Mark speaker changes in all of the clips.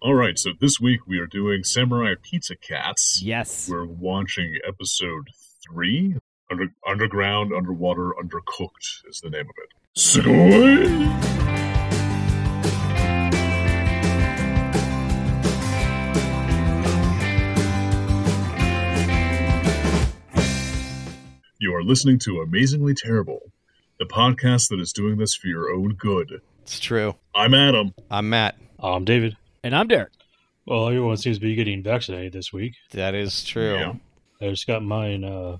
Speaker 1: All right, so this week we are doing Samurai Pizza Cats.
Speaker 2: Yes.
Speaker 1: We're watching episode three. Under- underground, underwater, undercooked is the name of it. Soy? You are listening to Amazingly Terrible, the podcast that is doing this for your own good.
Speaker 3: It's true.
Speaker 1: I'm Adam.
Speaker 3: I'm Matt.
Speaker 4: Um, David.
Speaker 2: And I'm Derek.
Speaker 4: Well, everyone seems to be getting vaccinated this week.
Speaker 3: That is true.
Speaker 1: Yeah.
Speaker 4: I just got mine uh,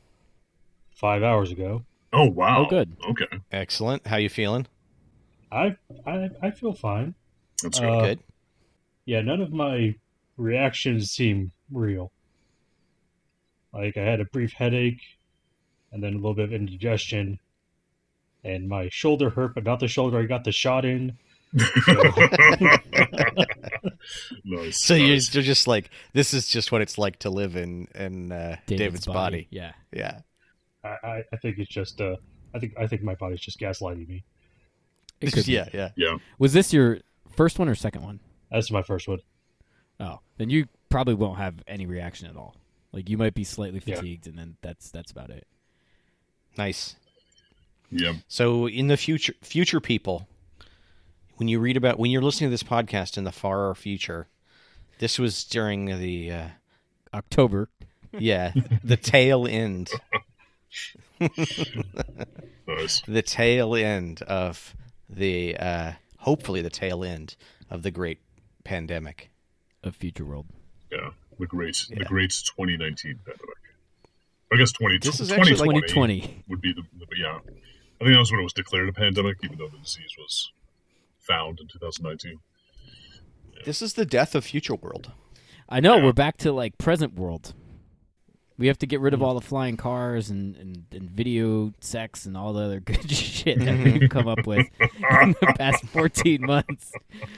Speaker 4: five hours ago.
Speaker 1: Oh, wow.
Speaker 2: Oh, good.
Speaker 1: Okay.
Speaker 3: Excellent. How you feeling?
Speaker 4: I I, I feel fine.
Speaker 1: That's good.
Speaker 4: Uh,
Speaker 3: Good.
Speaker 4: Yeah, none of my reactions seem real. Like I had a brief headache, and then a little bit of indigestion, and my shoulder hurt, but not the shoulder I got the shot in.
Speaker 1: nice.
Speaker 3: So you're,
Speaker 1: nice.
Speaker 3: you're just like this is just what it's like to live in in uh, David's, body.
Speaker 2: Yeah.
Speaker 3: Yeah.
Speaker 4: I, I, I think it's just uh, I think I think my body's just gaslighting me.
Speaker 2: It could be.
Speaker 3: yeah. Yeah.
Speaker 2: Was this your first one or second one?
Speaker 4: That's my first one.
Speaker 2: Oh, then you probably won't have any reaction at all. Like you might be slightly
Speaker 4: Yeah.
Speaker 2: fatigued, and then that's that's about it.
Speaker 3: Nice.
Speaker 1: yeah.
Speaker 3: So in the future, future people, when you read about when you're listening to this podcast in the far future, this was during the uh,
Speaker 2: October.
Speaker 3: yeah the tail end
Speaker 1: Nice.
Speaker 3: the tail end of the uh, hopefully the tail end of the great pandemic.
Speaker 2: Of future world.
Speaker 1: Yeah. The great, the
Speaker 3: Yeah.
Speaker 1: great 2019 pandemic. I guess 20,
Speaker 3: This is actually
Speaker 1: 2020
Speaker 3: like-
Speaker 2: Twenty twenty.
Speaker 1: would be the, the yeah. I think that was when it was declared a pandemic, even though the disease was found in 2019.
Speaker 3: This is the death of future world.
Speaker 2: I know
Speaker 1: Yeah.
Speaker 2: we're back to like present world. We have to get rid of all the flying cars and, and, and video sex and all the other good shit that we've come up with in the past fourteen months.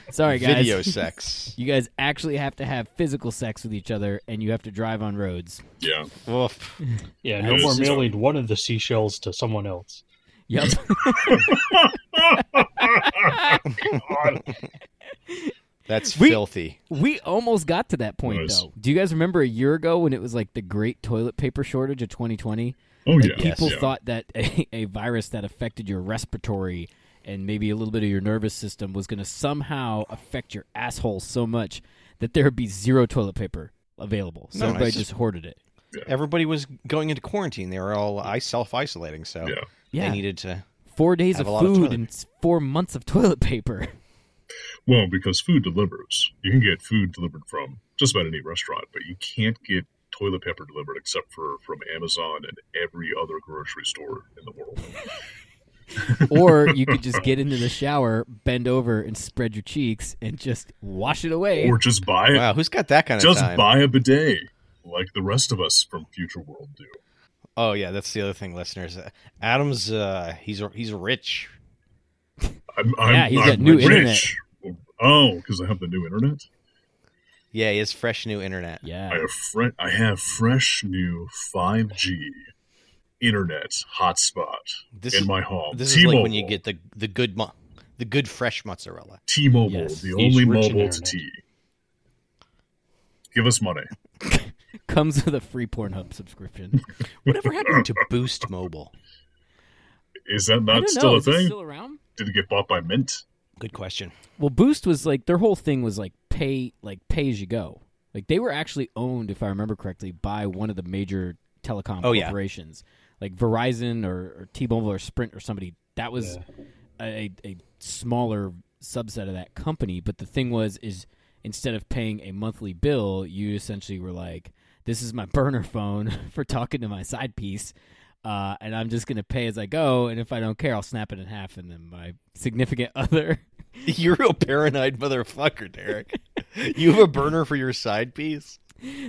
Speaker 2: Sorry guys.
Speaker 3: Video sex.
Speaker 2: You guys actually have to have physical sex with each other, and you have to drive on roads.
Speaker 1: Yeah.
Speaker 3: Oof.
Speaker 4: Yeah,
Speaker 1: Yeah,
Speaker 4: no
Speaker 1: this
Speaker 4: more
Speaker 1: is-
Speaker 4: mailing one of the seashells to someone else.
Speaker 2: Yep.
Speaker 3: That's
Speaker 2: We-
Speaker 3: filthy.
Speaker 2: we almost got to that point,
Speaker 1: Nice.
Speaker 2: though. Do you guys remember a year ago when it was like the great toilet paper shortage of 2020?
Speaker 1: Oh
Speaker 2: Like,
Speaker 1: yeah.
Speaker 2: People
Speaker 1: yeah.
Speaker 2: thought that a, a virus that affected your respiratory and maybe a little bit of your nervous system was going to somehow affect your asshole so much that there would be zero toilet paper available. So
Speaker 3: No, it's
Speaker 2: everybody
Speaker 3: just-
Speaker 2: just hoarded it.
Speaker 3: Everybody was going into quarantine. They were all I self isolating, so
Speaker 1: Yeah.
Speaker 2: Yeah.
Speaker 3: they needed to.
Speaker 2: four days of
Speaker 3: have a lot of
Speaker 2: food
Speaker 3: toilet.
Speaker 2: and s- four months of toilet paper.
Speaker 1: Well, because food delivers. You can get food delivered from just about any restaurant, but you can't get toilet paper delivered except for from Amazon and every other grocery store in the world.
Speaker 2: or you could just get into the shower, bend over, and spread your cheeks and just wash it away.
Speaker 1: Or just buy it.
Speaker 3: Wow, who's got that kind of
Speaker 1: just
Speaker 3: time?
Speaker 1: buy a bidet like the rest of us from Future World do.
Speaker 3: oh yeah, that's the other thing, listeners. Adam's uh, he's he's rich.
Speaker 1: I'm, I'm,
Speaker 2: Yeah, he's
Speaker 1: I'm
Speaker 2: got new
Speaker 1: rich. Oh, because I have the new internet.
Speaker 3: Yeah, he has fresh new internet.
Speaker 1: I
Speaker 2: yeah.
Speaker 1: have fre- I have fresh new 5G internet hotspot
Speaker 3: This
Speaker 1: in
Speaker 3: is
Speaker 1: my home.
Speaker 3: this is
Speaker 1: T-Mobile,
Speaker 3: like when you get the the good mo- the good fresh mozzarella.
Speaker 1: T-Mobile,
Speaker 2: Yes,
Speaker 1: the
Speaker 4: he's
Speaker 1: only
Speaker 4: rich in
Speaker 1: mobile to
Speaker 4: internet.
Speaker 1: T. Give us money.
Speaker 2: Comes with a free Pornhub subscription.
Speaker 3: Whatever happened to Boost Mobile?
Speaker 1: Is that
Speaker 2: I
Speaker 1: not
Speaker 2: don't
Speaker 1: still
Speaker 2: know,
Speaker 1: a
Speaker 2: is it
Speaker 1: thing?
Speaker 2: still around?
Speaker 1: Did it get bought by Mint?
Speaker 3: Good question.
Speaker 2: Well, Boost was like their whole thing was like pay like pay as you go. Like they were actually owned, if I remember correctly, by one of the major telecom
Speaker 3: Oh, yeah.
Speaker 2: corporations, like Verizon or, or T-Mobile or Sprint or somebody. That was
Speaker 4: Yeah.
Speaker 2: a, a a smaller subset of that company. But the thing was, is instead of paying a monthly bill, you essentially were like, "This is my burner phone for talking to my side piece." Uh, and I'm just gonna pay as I go, and if I don't care, I'll snap it in half, and then my significant other
Speaker 3: You're a real paranoid motherfucker, Derek. you have a burner for your side piece.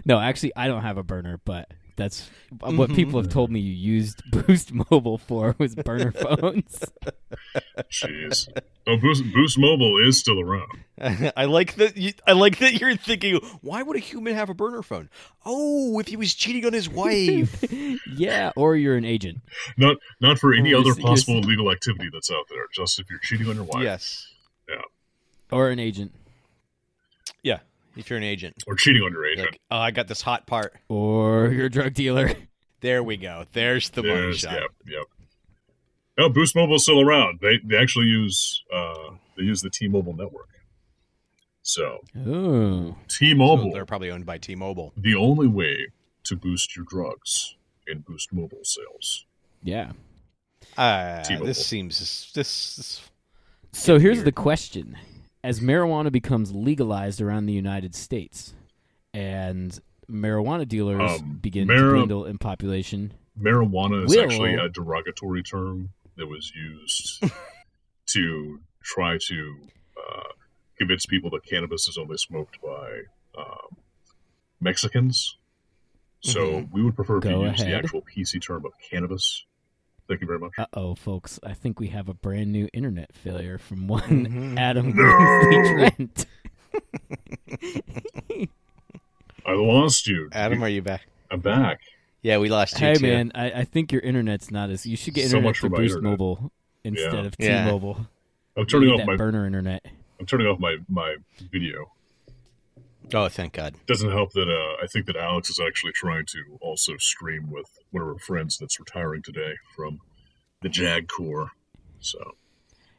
Speaker 2: No, actually, I don't have a burner, but that's what people have told me you used Boost Mobile for was burner phones.
Speaker 1: Jeez. oh, Boost, Boost Mobile is still around.
Speaker 3: I like that. You, I like that you're thinking. Why would a human have a burner phone? Oh, if he was cheating on his wife.
Speaker 2: yeah, or you're an agent.
Speaker 1: Not not for any
Speaker 2: Oh,
Speaker 1: other
Speaker 2: yes, yes.
Speaker 1: possible legal activity that's out there. Just if you're cheating on your wife.
Speaker 3: yes.
Speaker 2: Or an agent.
Speaker 3: Yeah. if you're an agent.
Speaker 1: or cheating on your agent.
Speaker 3: Like, oh, I got this hot part.
Speaker 2: or you're a drug dealer.
Speaker 3: There we go. There's the money shot.
Speaker 1: Yep, yep. No, Boost Mobile's still around. They they actually use uh, they use the T-Mobile network. So
Speaker 2: Ooh.
Speaker 3: So
Speaker 1: T-Mobile,
Speaker 3: they're probably owned by T-Mobile.
Speaker 1: the only way to boost your drugs and boost mobile sales.
Speaker 2: Yeah.
Speaker 3: Uh,
Speaker 1: T-Mobile.
Speaker 3: this seems this, this
Speaker 2: So here's
Speaker 3: weird.
Speaker 2: the question: As marijuana becomes legalized around the United States, and marijuana dealers
Speaker 1: Um,
Speaker 2: begin to
Speaker 1: mara-
Speaker 2: dwindle in population,
Speaker 1: Marijuana is
Speaker 2: Will.
Speaker 1: actually a derogatory term that was used to try to uh, convince people that cannabis is only smoked by um, Mexicans. So
Speaker 3: Mhm.
Speaker 1: we would prefer to
Speaker 2: Mm-hmm. Go
Speaker 1: use the
Speaker 2: ahead.
Speaker 1: actual PC term of cannabis. Thank you very much.
Speaker 2: uh oh, folks, I think we have a brand new internet failure from one
Speaker 3: Mhm.
Speaker 2: Adam
Speaker 1: No.
Speaker 2: Greenlee Trent.
Speaker 1: I lost you.
Speaker 3: Adam, are you back?
Speaker 1: I'm back.
Speaker 3: Yeah, we lost you
Speaker 2: Hey
Speaker 3: too.
Speaker 2: man, I, I think your internet's not as you should get
Speaker 1: So
Speaker 2: internet
Speaker 1: much
Speaker 2: for
Speaker 1: for my
Speaker 2: Boost
Speaker 1: internet.
Speaker 2: Mobile instead
Speaker 1: Yeah.
Speaker 2: of
Speaker 3: Yeah.
Speaker 2: T-Mobile.
Speaker 1: I'm turning
Speaker 2: Get
Speaker 1: off
Speaker 2: that
Speaker 1: my.
Speaker 2: burner internet.
Speaker 1: I'm turning off my my video.
Speaker 3: Oh, thank God.
Speaker 1: Doesn't help that uh, I think that Alex is actually trying to also stream with one of her friends that's retiring today from the Jag Corps. So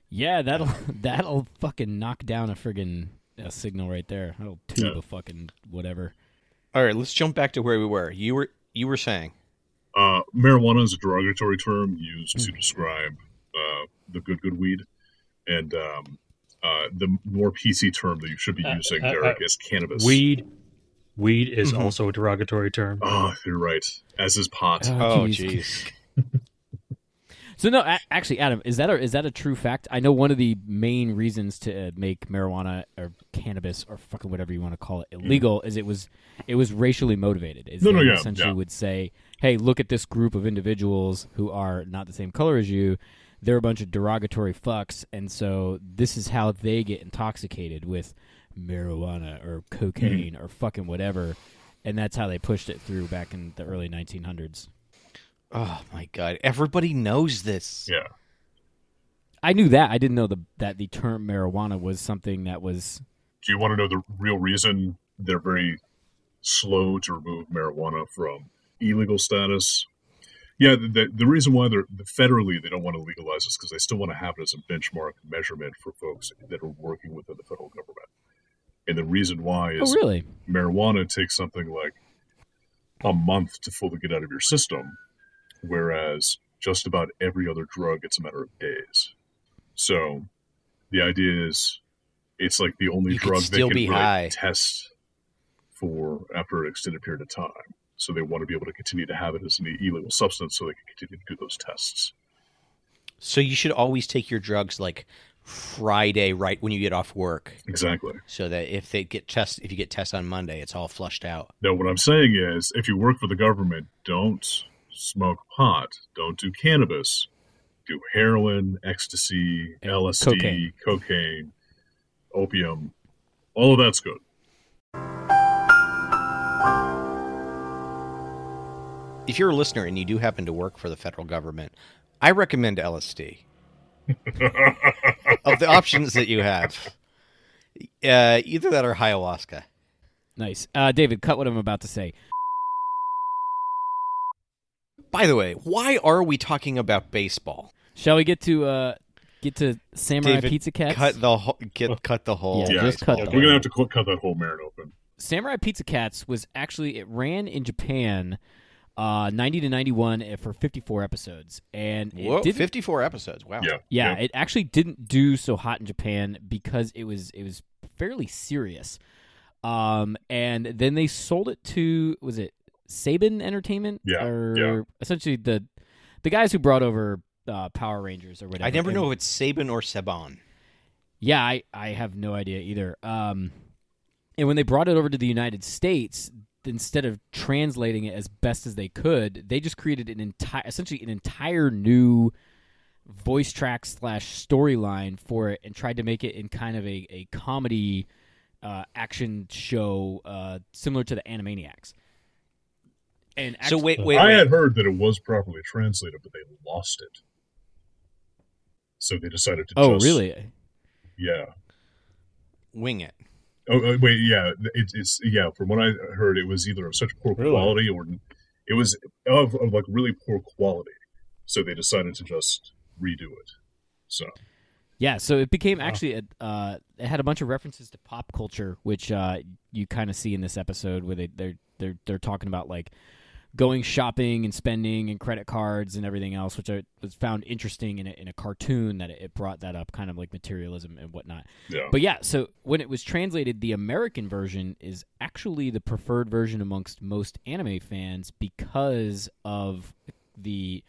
Speaker 2: Yeah, that'll that'll fucking knock down a friggin' uh signal right there. That'll tube
Speaker 1: Yeah.
Speaker 2: a fucking whatever.
Speaker 3: All right, let's jump back to where we were. You were you were saying
Speaker 1: uh, marijuana is a derogatory term used
Speaker 4: Hmm.
Speaker 1: to describe uh, the good good weed, and um, uh, the more PC term that you should be
Speaker 4: Uh,
Speaker 1: using,
Speaker 4: uh,
Speaker 1: Derek,
Speaker 4: uh,
Speaker 1: is cannabis.
Speaker 4: Weed, weed is
Speaker 3: Mhm.
Speaker 4: also a derogatory term.
Speaker 1: Ah, you're right. As is
Speaker 4: Uh,
Speaker 1: pot.
Speaker 3: Oh,
Speaker 2: geez.
Speaker 3: jeez.
Speaker 2: So no, a- actually, Adam, is that a, is that a true fact? I know one of the main reasons to uh, make marijuana or cannabis or fucking whatever you want to call it illegal is it was it was racially motivated. Is
Speaker 1: Mm. No, no,
Speaker 2: they
Speaker 1: yeah,
Speaker 2: essentially
Speaker 1: yeah.
Speaker 2: would say, "Hey, look at this group of individuals who are not the same color as you. They're a bunch of derogatory fucks, and so this is how they get intoxicated with marijuana or
Speaker 1: Mm-hmm.
Speaker 2: cocaine or fucking whatever." And that's how they pushed it through back in the early 1900s.
Speaker 3: Oh my God. Everybody knows this.
Speaker 1: Yeah.
Speaker 2: I knew that. I didn't know the that the term marijuana was something that was
Speaker 1: Do you want to know the real reason they're very slow to remove marijuana from illegal status? Yeah, the, the, the reason why they're federally they don't want to legalize this because they still want to have it as a benchmark measurement for folks that are working within the federal government. And the reason why is
Speaker 2: Oh really?
Speaker 1: marijuana takes something like a month to fully get out of your system, whereas just about every other drug, it's a matter of days. So the idea is it's like the only
Speaker 3: You could
Speaker 1: drug
Speaker 3: still
Speaker 1: they can
Speaker 3: be
Speaker 1: really
Speaker 3: high.
Speaker 1: test for after an extended period of time. So they want to be able to continue to have it as an illegal substance so they can continue to do those tests.
Speaker 3: So you should always take your drugs like Friday, right when you get off work,
Speaker 1: Exactly.
Speaker 3: so that if they get test, if you get tests on Monday, it's all flushed out.
Speaker 1: Now, what I'm saying is, if you work for the government, don't smoke pot, don't do cannabis, do heroin, ecstasy, LSD,
Speaker 2: cocaine.
Speaker 1: cocaine, opium. All of that's good.
Speaker 3: If you're a listener and you do happen to work for the federal government, I recommend LSD. of the options that you have, uh, either that or ayahuasca.
Speaker 2: Nice. Uh, David, cut what I'm about to say.
Speaker 3: By the way, why are we talking about baseball?
Speaker 2: Shall we get to uh, get to Samurai
Speaker 3: David,
Speaker 2: Pizza Cats? Oh.
Speaker 3: Cut the ho- get cut the whole.
Speaker 2: Yeah, just cut
Speaker 1: Yeah,
Speaker 2: the
Speaker 1: we're
Speaker 2: whole-
Speaker 1: gonna have to qu- cut that whole marin open.
Speaker 2: Samurai Pizza Cats was actually it ran in Japan uh, 90 to 91 for 54 episodes and it
Speaker 3: Whoa,
Speaker 2: didn't
Speaker 3: 54 episodes. Wow.
Speaker 1: Yeah,
Speaker 2: Yeah, it actually didn't do so hot in Japan because it was it was fairly serious. Um, and then they sold it to was it Saban Entertainment?
Speaker 1: Yeah,
Speaker 2: or
Speaker 1: yeah.
Speaker 2: essentially the the guys who brought over uh, Power Rangers or whatever.
Speaker 3: I never
Speaker 2: And-
Speaker 3: know if it's Saban or Saban.
Speaker 2: yeah, I, I have no idea either. Um, and when they brought it over to the United States, instead of translating it as best as they could, they just created an entire, essentially an entire new voice track slash storyline for it, and tried to make it in kind of a a comedy uh, action show uh, similar to the Animaniacs. And
Speaker 3: so
Speaker 2: actually,
Speaker 3: wait, wait,
Speaker 1: I
Speaker 3: wait.
Speaker 1: had heard that it was properly translated, but they lost it. So they decided to.
Speaker 2: oh
Speaker 1: just,
Speaker 2: really?
Speaker 1: Yeah,
Speaker 3: wing it.
Speaker 1: Oh uh, wait, yeah, it, it's yeah. From what I heard, it was either of such poor
Speaker 4: Really?
Speaker 1: quality or it was of, of like really poor quality, so they decided to just redo it. So
Speaker 2: Yeah, so it became
Speaker 4: Wow.
Speaker 2: actually a, uh, it had a bunch of references to pop culture, which uh, you kind of see in this episode where they they're they're they're talking about like going shopping and spending and credit cards and everything else, which I was found interesting in a, in a cartoon that it, it brought that up, kind of like materialism and whatnot.
Speaker 1: yeah,
Speaker 2: But yeah, so when it was translated, the American version is actually the preferred version amongst most anime fans because of the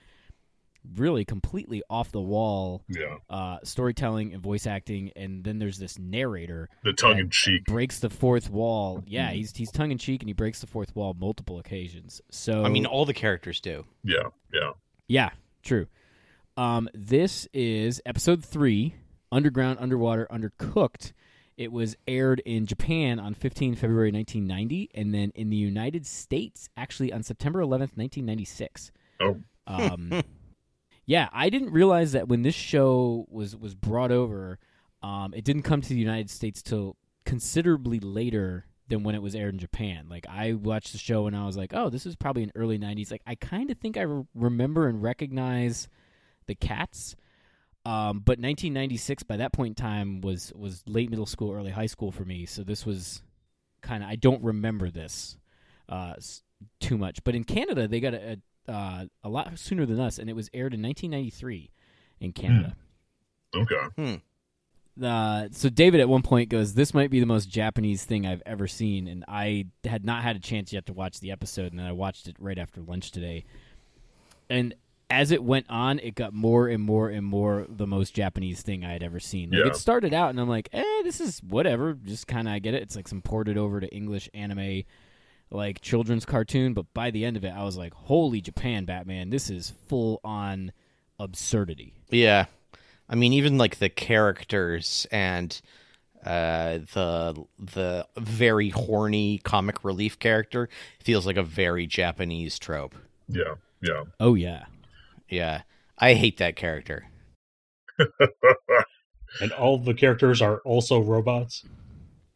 Speaker 2: really completely off the wall
Speaker 1: yeah,
Speaker 2: uh, storytelling and voice acting, and then there's this narrator
Speaker 1: the tongue in cheek.
Speaker 2: breaks the fourth wall. Yeah,
Speaker 3: Mm-hmm.
Speaker 2: he's he's tongue in cheek, and he breaks the fourth wall multiple occasions. So
Speaker 1: Oh.
Speaker 3: I mean, all the characters do.
Speaker 1: Yeah, yeah.
Speaker 2: yeah, true. Um, this is episode three, underground, underwater, undercooked. It was aired in Japan on 15 February 1990, and then in the United States actually on September 11th, 1996.
Speaker 1: Oh.
Speaker 2: Um, yeah, I didn't realize that when this show was was brought over, um, it didn't come to the United States till considerably later than when it was aired in Japan. Like I watched the show and I was like, "Oh, this is probably an early '90s." Like I kind of think I re- remember and recognize the Cats, um, but 1996 by that point in time was was late middle school, early high school for me. So this was kind of I don't remember this uh, s- too much. But in Canada, they got a, a uh, a lot sooner than us, and it was aired in 1993 in Canada.
Speaker 1: Okay.
Speaker 2: Uh, so David at one point goes, "This might be the most Japanese thing I've ever seen," and I had not had a chance yet to watch the episode, and then I watched it right after lunch today. And as it went on, it got more and more and more the most Japanese thing I had ever seen. Like
Speaker 1: Yeah.
Speaker 2: it started out, and I'm like, "Eh, this is whatever." Just kind of I get it. It's like some ported over to English anime, like children's cartoon. But by the end of it, I was like, "Holy Japan, Batman! This is full on absurdity."
Speaker 3: Yeah, I mean, even like the characters and uh, the the very horny comic relief character feels like a very Japanese trope.
Speaker 1: Yeah, yeah.
Speaker 2: Oh yeah.
Speaker 3: Yeah, I hate that character.
Speaker 4: And all the characters are also robots.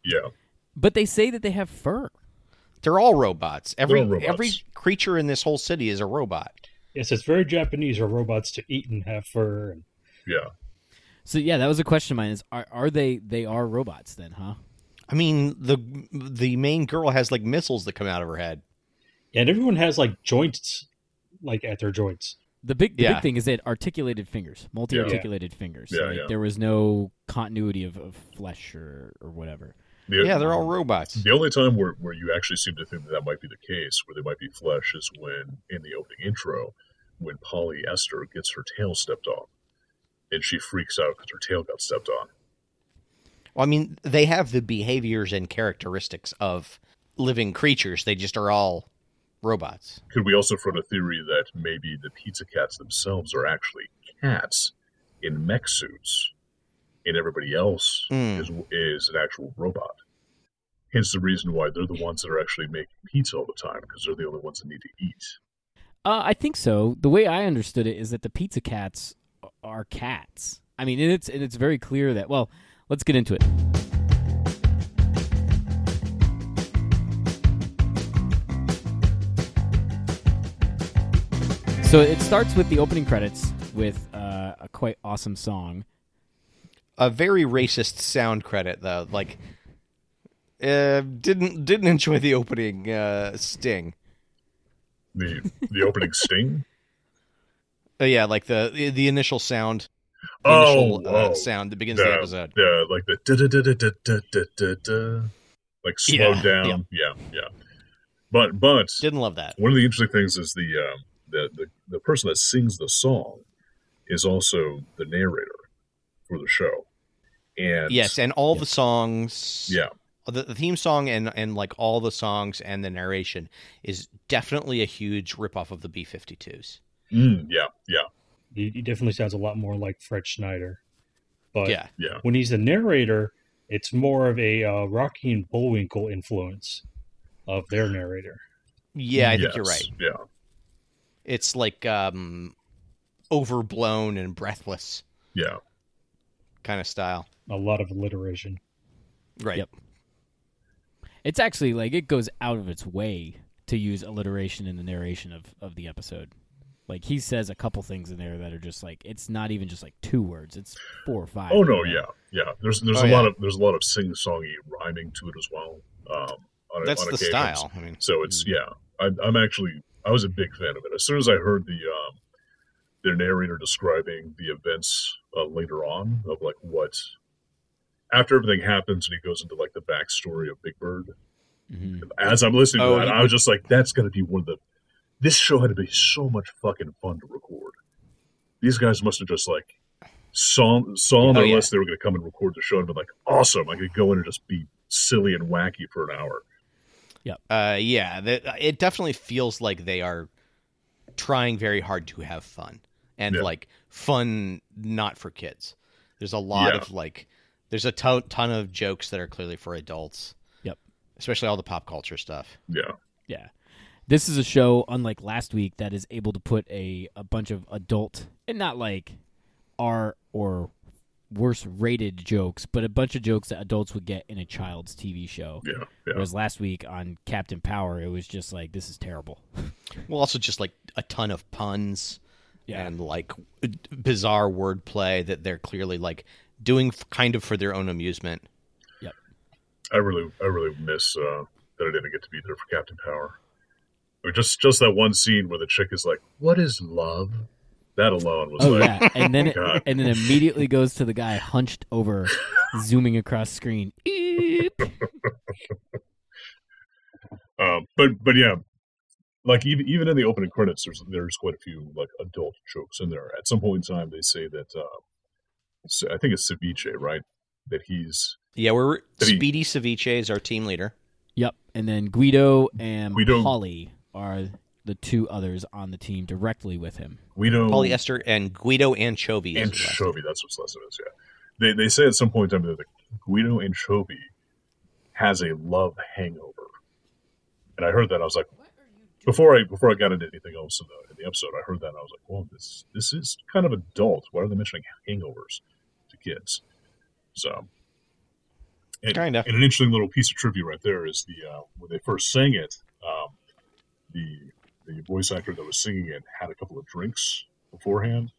Speaker 1: yeah,
Speaker 2: But they say that they have fur.
Speaker 3: They're all robots. Every
Speaker 1: all robots.
Speaker 3: every creature in this whole city is a robot.
Speaker 4: Yes, it's very Japanese for robots to eat and have fur. And
Speaker 1: yeah.
Speaker 2: So yeah, that was a question of mine. Is are, are they they are robots then, huh?
Speaker 3: I mean, the the main girl has like missiles that come out of her head.
Speaker 4: and everyone has like joints, like at their joints.
Speaker 2: The big the
Speaker 3: Yeah.
Speaker 2: big thing is they had articulated fingers, multi articulated fingers.
Speaker 1: Yeah,
Speaker 2: Like,
Speaker 1: yeah.
Speaker 2: There was no continuity of, of flesh or, or whatever.
Speaker 1: The,
Speaker 3: Yeah, they're all robots.
Speaker 1: the only time where, where you actually seem to think that that might be the case, where they might be flesh, is when in the opening intro, when Polly Esther gets her tail stepped on, and she freaks out because her tail got stepped on.
Speaker 3: Well, I mean, they have the behaviors and characteristics of living creatures. They just are all robots.
Speaker 1: Could we also throw out a theory that maybe the pizza cats themselves are actually cats in mech suits, and everybody else
Speaker 3: Hmm.
Speaker 1: is is an actual robot? Hence the reason why they're the ones that are actually making pizza all the time because they're the only ones that need to eat.
Speaker 2: Uh, I think so. The way I understood it is that the pizza cats are cats. I mean, and it's and it's very clear that. Well, let's get into it. So it starts with the opening credits with uh, a quite awesome song.
Speaker 3: A very racist sound credit, though. Like, uh, didn't didn't enjoy the opening uh, sting.
Speaker 1: The the opening sting.
Speaker 3: Uh, yeah, like the the initial sound, the
Speaker 1: Oh,
Speaker 3: initial uh,
Speaker 1: oh.
Speaker 3: sound that begins the
Speaker 1: Yeah,
Speaker 3: episode.
Speaker 1: yeah, like the da da da da da da da da da, like slowed
Speaker 3: Yeah,
Speaker 1: down. Yeah, yeah. But but
Speaker 3: Didn't love that.
Speaker 1: one of the interesting things is the um, the, the the person that sings the song is also the narrator for the show. And
Speaker 3: Yes, and all the songs.
Speaker 1: yeah,
Speaker 3: the, the theme song and and like all the songs and the narration is definitely a huge ripoff of the B52s.
Speaker 1: mm, yeah, yeah,
Speaker 4: He, he definitely sounds a lot more like Fred Schneider. But
Speaker 3: yeah.
Speaker 1: yeah.
Speaker 4: when he's the narrator, it's more of a uh, Rocky and Bullwinkle influence of their narrator.
Speaker 3: Yeah, I think you're right.
Speaker 1: Yes, Yeah,
Speaker 3: It's like um overblown and breathless
Speaker 1: yeah,
Speaker 3: kind of style.
Speaker 4: A lot of alliteration.
Speaker 3: Right.
Speaker 2: Yep. It's actually like it goes out of its way to use alliteration in the narration of of the episode. Like he says a couple things in there that are just like it's not even just like two words. It's four or five.
Speaker 1: Oh no, yeah, yeah. There's there's
Speaker 3: Oh,
Speaker 1: a
Speaker 3: yeah.
Speaker 1: lot of there's a lot of sing songy rhyming to it as well. Um, on,
Speaker 3: That's
Speaker 1: on
Speaker 3: the
Speaker 1: occasions.
Speaker 3: style. I mean, mm.
Speaker 1: So it's yeah. I, I'm actually I was a big fan of it. As soon as I heard the um, their narrator describing the events uh, later on of like what after everything happens and he goes into like the backstory of Big Bird.
Speaker 2: hmm
Speaker 1: As I'm listening
Speaker 3: Oh,
Speaker 1: to that,
Speaker 3: he-
Speaker 1: I was just like, that's gonna be one of the. This show had to be so much fucking fun to record. These guys must have just like. Saw, saw
Speaker 3: Oh,
Speaker 1: their
Speaker 3: yeah.
Speaker 1: list they were going to come and record the show and be like, awesome, I could go in and just be silly and wacky for an hour.
Speaker 3: uh, yeah, that, it definitely feels like they are trying very hard to have fun and
Speaker 1: Yeah.
Speaker 3: like fun not for kids. There's a lot
Speaker 1: Yeah.
Speaker 3: of like, there's a ton, ton of jokes that are clearly for adults.
Speaker 2: Yep.
Speaker 3: Especially all the pop culture stuff.
Speaker 1: Yeah.
Speaker 2: Yeah. This is a show, unlike last week, that is able to put a, a bunch of adult and not like R or worse rated jokes, but a bunch of jokes that adults would get in a child's TV show.
Speaker 1: Yeah. Yeah.
Speaker 2: Whereas last week on Captain Power, it was just like this is terrible.
Speaker 3: Well, also just like a ton of puns
Speaker 2: Yeah.
Speaker 3: and like bizarre wordplay that they're clearly like doing f- kind of for their own amusement.
Speaker 1: I really, I really miss uh, that I didn't get to be there for Captain Power. Or just, just that one scene where the chick is like, "What is love?" That alone was
Speaker 2: Oh
Speaker 1: like,
Speaker 2: yeah, and then it,
Speaker 1: God.
Speaker 2: and then immediately goes to the guy hunched over, zooming across screen. Eep.
Speaker 1: um, but, but yeah, like even, even in the opening credits, there's there's quite a few like adult jokes in there. At some point in time, they say that um, so- I think it's ceviche, right? That he's
Speaker 3: Yeah, we're
Speaker 1: Three.
Speaker 3: Speedy Ceviche is our team leader.
Speaker 2: Yep, and then Guido and
Speaker 1: Guido.
Speaker 2: Polly are the two others on the team directly with him.
Speaker 1: Guido
Speaker 3: Polyester and Guido Anchovy. E is his last name.
Speaker 1: anchovy. That's what's less of it is. Yeah, they they say at some point in time that the Guido anchovy has a love hangover, and I heard that I was like, before I before I got into anything else in the, in the episode, I heard that and I was like, well, this this is kind of adult. Why are they mentioning hangovers to kids? So. And,
Speaker 3: Kind of.
Speaker 1: and an interesting little piece of trivia right there is the uh, when they first sang it, um, the the voice actor that was singing it had a couple of drinks beforehand,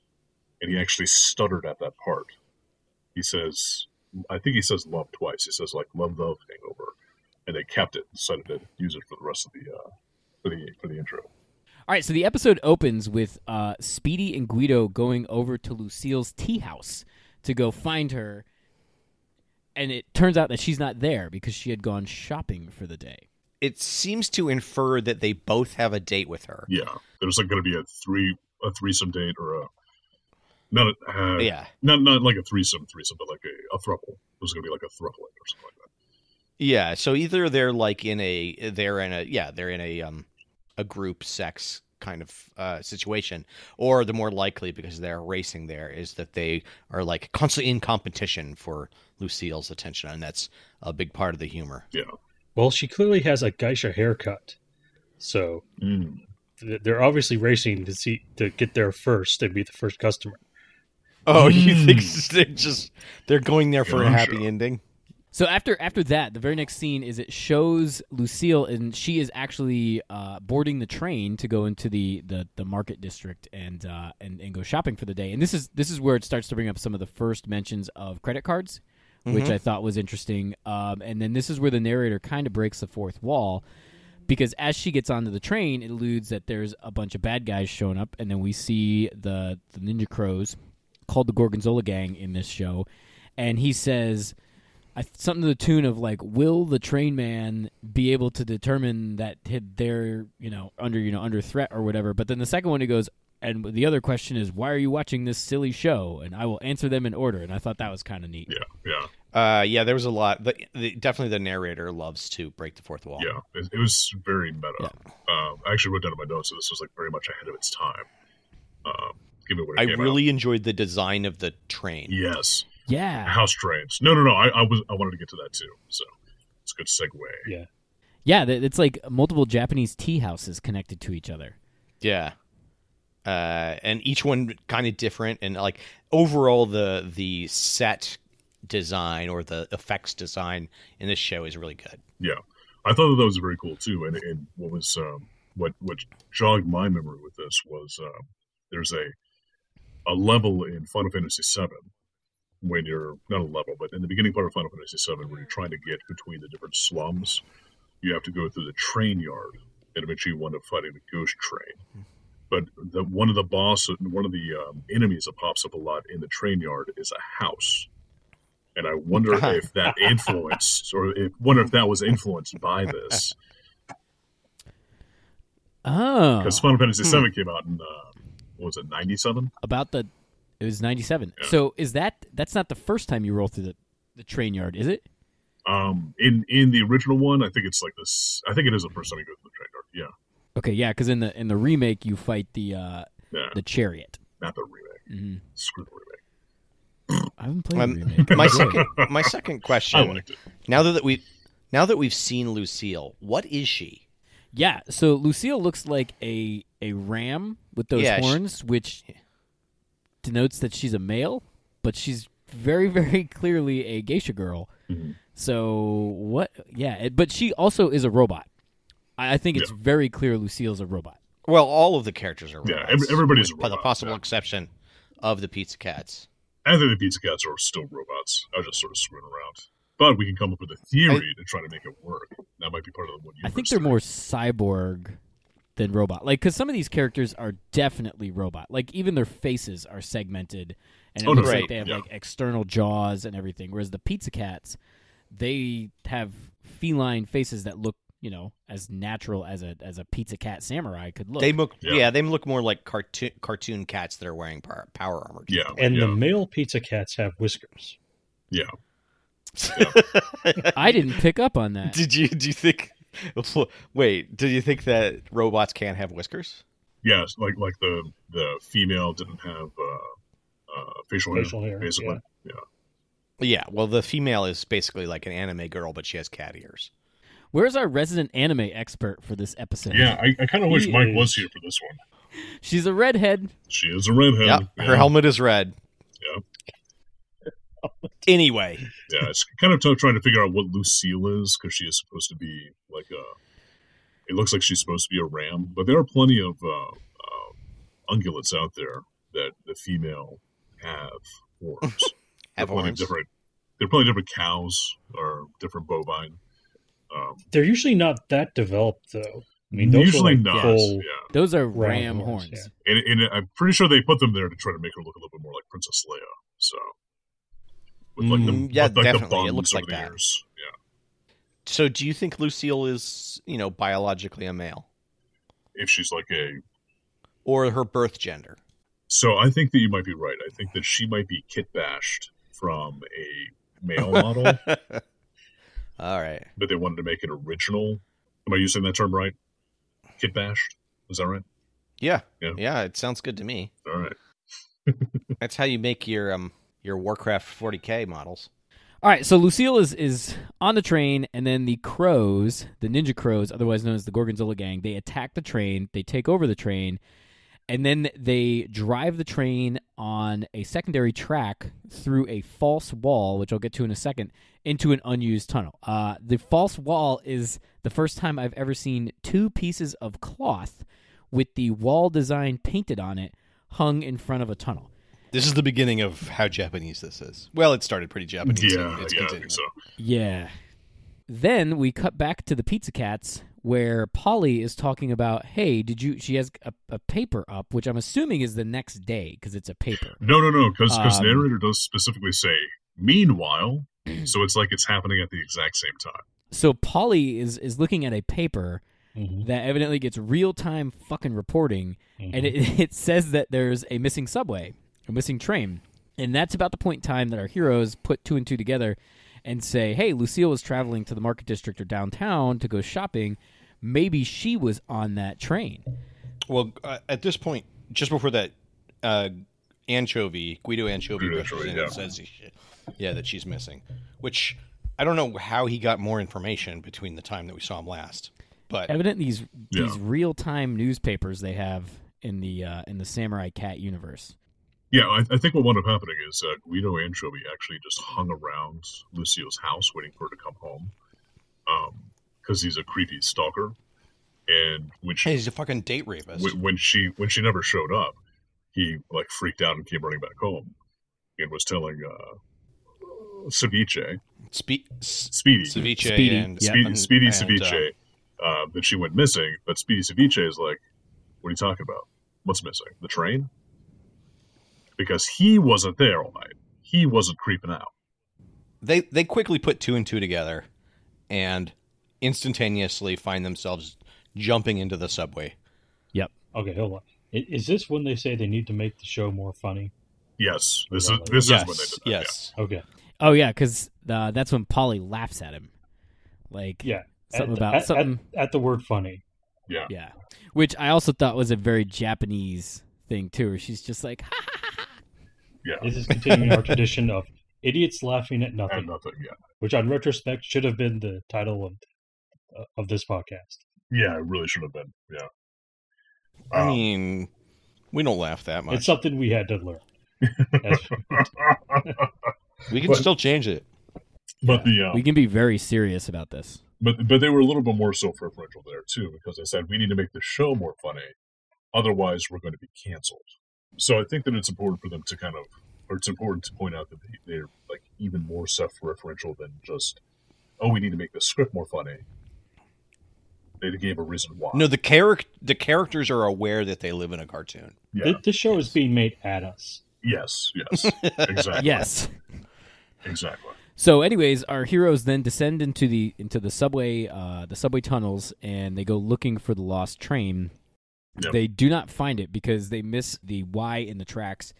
Speaker 1: and he actually stuttered at that part. He says, I think he says love twice. He says like love love hangover, and they kept it and decided to use it for the rest of the uh, for the for the intro.
Speaker 2: All right, so the episode opens with uh, Speedy and Guido going over to Lucille's tea house to go find her, and it turns out that she's not there because she had gone shopping for the day.
Speaker 3: It seems to infer that they both have a date with her.
Speaker 1: Yeah, there's like going to be a three a threesome date or a not a, uh,
Speaker 3: Oh, Yeah.
Speaker 1: not not like a threesome threesome, but like a, a thruple. There's going to be like a thruple or something like that.
Speaker 3: Yeah, so either they're like in a they're in a yeah, they're in a um a group sex kind of uh situation or the more likely because they're racing there is that they are like constantly in competition for Lucille's attention and that's a big part of the humor.
Speaker 4: Well, she clearly has a geisha haircut, so
Speaker 1: Mm.
Speaker 4: th- they're obviously racing to see to get there first and be the first customer.
Speaker 3: Oh, you
Speaker 1: Mm.
Speaker 3: think they're just they're going there for a happy
Speaker 1: Gotcha.
Speaker 3: ending?
Speaker 2: So after after that, the very next scene is it shows Lucille and she is actually uh, boarding the train to go into the, the, the market district and uh, and and go shopping for the day. And this is this is where it starts to bring up some of the first mentions of credit cards, which I thought was interesting. Um, and then this is where the narrator kind of breaks the fourth wall because as she gets onto the train, it alludes that there's a bunch of bad guys showing up, and then we see the the Ninja Crows, called the Gorgonzola Gang in this show, and he says I, something to the tune of like, "Will the train man be able to determine that hi- they're you know under you know under threat or whatever?" But then the second one he goes. And the other question is, why are you watching this silly show? And I will answer them in order. And I thought that was kind of neat.
Speaker 1: Yeah, yeah,
Speaker 3: Uh yeah, there was a lot but the, definitely the narrator loves to break the fourth wall.
Speaker 1: yeah. It, it was very meta. Um, I actually wrote down in my notes that this was like very much ahead of its time. Um, given when it
Speaker 3: I
Speaker 1: came out.
Speaker 3: really enjoyed the design of the train.
Speaker 1: yes
Speaker 2: Yeah.
Speaker 1: house trains. No, no, no. I, I was I wanted to get to that too. So it's a good segue.
Speaker 2: Yeah, th- it's like multiple Japanese tea houses connected to each other.
Speaker 3: Yeah. Uh, and each one kind of different, and like overall, the the set design or the effects design in this show is really good.
Speaker 1: Yeah. I thought that, that was very cool too. And, and what was um, what what jogged my memory with this was um, there's a a level in Final Fantasy VII when you're not a level, but in the beginning part of Final Fantasy VII, when you're trying to get between the different slums, you have to go through the train yard, and eventually you wind up fighting the ghost train. But the, one of the boss, one of the um, enemies that pops up a lot in the train yard is a house, and I wonder if that influenced, or if, wonder if that was influenced by this,
Speaker 2: Uh-huh. Oh,
Speaker 1: because Final Fantasy VII came out in uh, what was it, ninety-seven?
Speaker 2: about the it was 97. So is that that's not the first time you roll through the, the train yard, is it?
Speaker 1: Um, in in the original one, I think it's like this. I think it is the first time you go through the train yard.
Speaker 2: Okay, yeah, cuz in the in the remake you fight the uh
Speaker 1: Yeah, yeah,
Speaker 2: the chariot.
Speaker 1: not the remake.
Speaker 2: hmm
Speaker 1: Screw the remake.
Speaker 2: I haven't played
Speaker 3: Um,
Speaker 2: the remake.
Speaker 3: my second my second
Speaker 1: I
Speaker 3: question
Speaker 1: liked it.
Speaker 3: now that we now that we've seen Lucille, what is she?
Speaker 2: Yeah, so Lucille looks like a a ram with those
Speaker 3: Yeah, she-
Speaker 2: horns, which denotes that she's a male, but she's very very clearly a geisha girl.
Speaker 1: Mhm.
Speaker 2: So what? Yeah, it- but she also is a robot. I, I think it's very clear Lucille's a robot.
Speaker 3: Well, all of the characters are
Speaker 1: Yeah,
Speaker 3: robots.
Speaker 1: every- everybody's a
Speaker 3: with- by
Speaker 1: robot,
Speaker 3: the possible
Speaker 1: yeah.
Speaker 3: exception of the Pizza Cats.
Speaker 1: I think the pizza cats are still robots. I was just sort of screwing around. But we can come up with a theory to try to make it work. That might be part of the one.
Speaker 2: I think
Speaker 1: universe
Speaker 2: they're
Speaker 1: theory.
Speaker 2: more cyborg than robot. Like cuz some of these characters are definitely robot. Like even their faces are segmented and it
Speaker 1: Oh, no,
Speaker 2: looks
Speaker 3: right,
Speaker 2: like they have
Speaker 1: yeah.
Speaker 2: like external jaws and everything whereas the pizza cats they have feline faces that look, you know, as natural as a as a pizza cat samurai could look.
Speaker 3: They look,
Speaker 1: Yeah.
Speaker 3: yeah. they look more like cartoon cartoon cats that are wearing power, power armor.
Speaker 1: Yeah,
Speaker 4: And
Speaker 1: yeah,
Speaker 4: the male pizza cats have whiskers.
Speaker 1: yeah.
Speaker 2: I didn't pick up on that.
Speaker 3: Did you do you think? Wait, do you think that robots can't have whiskers?
Speaker 1: Yeah, it's like like the the female didn't have uh, uh, facial,
Speaker 4: Facial
Speaker 1: hair,
Speaker 4: hair,
Speaker 1: basically.
Speaker 4: yeah.
Speaker 3: Yeah. Well, the female is basically like an anime girl, but she has cat ears.
Speaker 2: Where's our resident anime expert for this episode?
Speaker 1: Yeah, I, I kind of wish
Speaker 4: He
Speaker 1: Mike
Speaker 4: is-
Speaker 1: was here for this one.
Speaker 2: She's a redhead.
Speaker 1: She is a redhead.
Speaker 3: Yeah, her helmet is red.
Speaker 1: Yeah.
Speaker 3: Anyway,
Speaker 1: Yeah, it's kind of tough trying to figure out what Lucille is because she is supposed to be like a. It looks like she's supposed to be a ram, but there are plenty of uh, uh, ungulates out there that the female have horns. There are
Speaker 3: have
Speaker 1: plenty of
Speaker 3: horns.
Speaker 1: Different. There are plenty of different cows or different bovine. Um,
Speaker 4: They're usually not that developed, though. I mean, those
Speaker 1: usually
Speaker 4: are like
Speaker 1: not.
Speaker 4: full.
Speaker 1: Yeah.
Speaker 2: Those are
Speaker 4: Round
Speaker 2: ram
Speaker 4: horns,
Speaker 2: horns.
Speaker 1: and, and I'm pretty sure they put them there to try to make her look a little bit more like Princess Leia. So, with like the
Speaker 3: Mm, yeah,
Speaker 1: with, like the
Speaker 3: definitely. It
Speaker 1: buns
Speaker 3: looks
Speaker 1: over
Speaker 3: like
Speaker 1: the
Speaker 3: that.
Speaker 1: ears.
Speaker 3: So, do you think Lucille is, you know, biologically a male
Speaker 1: Yeah, if she's like a.
Speaker 3: or her birth gender?
Speaker 1: So I think that you might be right. I think that she might be kit bashed from a male model,
Speaker 3: All right.
Speaker 1: but they wanted to make it original. Am I using that term right? Kit bashed. Is that right?
Speaker 3: Yeah.
Speaker 1: Yeah.
Speaker 3: Yeah. It sounds good to me.
Speaker 1: All right.
Speaker 3: That's how you make your um your Warcraft 40k models.
Speaker 2: All right, so Lucille is is on the train, and then the crows, the ninja crows, otherwise known as the Gorgonzola gang, they attack the train, they take over the train, and then they drive the train on a secondary track through a false wall, which I'll get to in a second, into an unused tunnel. Uh, the false wall is the first time I've ever seen two pieces of cloth with the wall design painted on it hung in front of a tunnel.
Speaker 5: This is the beginning of how Japanese this is. Well, it started pretty Japanese.
Speaker 1: Yeah,
Speaker 5: and it's
Speaker 1: yeah, I
Speaker 5: continuing.
Speaker 1: think so.
Speaker 2: Yeah. Then we cut back to the Pizza Cats where Polly is talking about, hey, did you? She has a, a paper up, which I'm assuming is the next day because it's a paper.
Speaker 1: No, no, no, because
Speaker 2: Um,
Speaker 1: the narrator does specifically say, meanwhile, so it's like it's happening at the exact same time.
Speaker 2: So Polly is, is looking at a paper
Speaker 4: Mhm,
Speaker 2: that evidently gets real time fucking reporting,
Speaker 4: mhm.
Speaker 2: and it, it says that there's a missing subway, a missing train. And that's about the point in time that our heroes put two and two together and say, hey, Lucille was traveling to the market district or downtown to go shopping. Maybe she was on that train.
Speaker 5: Well, uh, at this point, just before that, uh, anchovy Guido anchovy
Speaker 1: Guido
Speaker 5: rushes in
Speaker 1: Anchovy,
Speaker 5: and says, she- "Yeah, that she's missing." Which I don't know how he got more information between the time that we saw him last, but
Speaker 2: evident these
Speaker 1: Yeah.
Speaker 2: these real time newspapers they have in the uh, in the samurai cat universe.
Speaker 1: Yeah, I, I think what wound up happening is uh, Guido Anchovy actually just hung around Lucille's house waiting for her to come home. Because because um, he's a creepy stalker, and when she,
Speaker 3: Hey, he's a fucking date rapist.
Speaker 1: wh- when she when she never showed up, he like freaked out and came running back home, and was telling uh, Ceviche,
Speaker 3: Spe- s-
Speaker 1: Speedy,
Speaker 3: ceviche
Speaker 2: Speedy,
Speaker 3: and
Speaker 2: yeah.
Speaker 1: Speedy,
Speaker 3: and-
Speaker 1: Speedy
Speaker 3: and, uh,
Speaker 1: Ceviche, uh, that she went missing. But Speedy Ceviche is like, what are you talking about? What's missing? The train? Because he wasn't there all night. He wasn't creeping out.
Speaker 3: they they quickly put two and two together, and instantaneously find themselves jumping into the subway.
Speaker 4: Okay, hold on. I- Is this when they say they need to make the show more funny?
Speaker 1: Yes, this is
Speaker 4: Really?
Speaker 1: this
Speaker 3: yes,
Speaker 1: is when they did that.
Speaker 3: yes.
Speaker 4: Okay,
Speaker 2: Oh yeah, because uh, that's when Polly laughs at him, like
Speaker 4: yeah.
Speaker 2: something
Speaker 4: at,
Speaker 2: about
Speaker 4: at-
Speaker 2: something.
Speaker 4: at, at the word funny.
Speaker 1: Yeah. yeah.
Speaker 2: yeah, which I also thought was a very Japanese thing too. Where she's just like, ha,
Speaker 4: This is continuing our tradition of idiots laughing at
Speaker 1: And
Speaker 4: nothing,
Speaker 1: nothing. Yeah.
Speaker 4: which, on retrospect, should have been the title of uh, of this podcast.
Speaker 1: Yeah, it really should have been. Yeah.
Speaker 3: I
Speaker 1: Um,
Speaker 3: mean, we don't laugh that
Speaker 4: It's
Speaker 3: much.
Speaker 4: something we had to learn. That's-
Speaker 3: we can
Speaker 1: but-
Speaker 3: still change it.
Speaker 1: but the um,
Speaker 2: we can be very serious about this.
Speaker 1: but but they were a little bit more self-referential there too because they said we need to make the show more funny otherwise we're going to be canceled so i think that it's important for them to kind of or it's important to point out that they, they're like even more self-referential than just oh we need to make the script more funny they gave a reason why
Speaker 3: No, the character the characters are aware that they live in a cartoon.
Speaker 1: yeah.
Speaker 4: Th- This show is being made at us.
Speaker 1: yes yes exactly
Speaker 2: Yes.
Speaker 1: exactly
Speaker 2: So, anyways, our heroes then descend into the into the subway, uh, the subway tunnels, and they go looking for the lost train.
Speaker 1: Yep.
Speaker 2: They do not find it because they miss the Y in the tracks,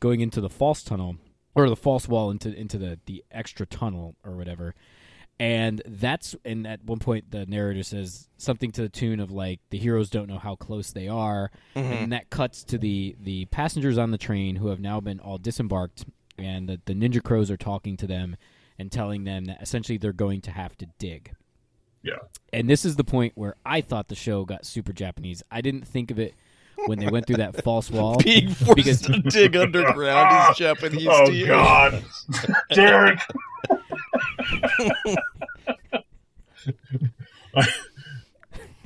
Speaker 2: going into the false tunnel or the false wall into into the the extra tunnel or whatever. And that's and at one point the narrator says something to the tune of like the heroes don't know how close they are, and that cuts to the the passengers on the train who have now been all disembarked, and the, the ninja crows are talking to them and telling them that essentially they're going to have to dig.
Speaker 1: yeah
Speaker 2: And this is the point where I thought the show got super Japanese. I didn't think of it when they went through that false wall
Speaker 3: Being forced
Speaker 2: because
Speaker 3: to dig underground is Japanese
Speaker 1: oh
Speaker 3: to you.
Speaker 1: god derek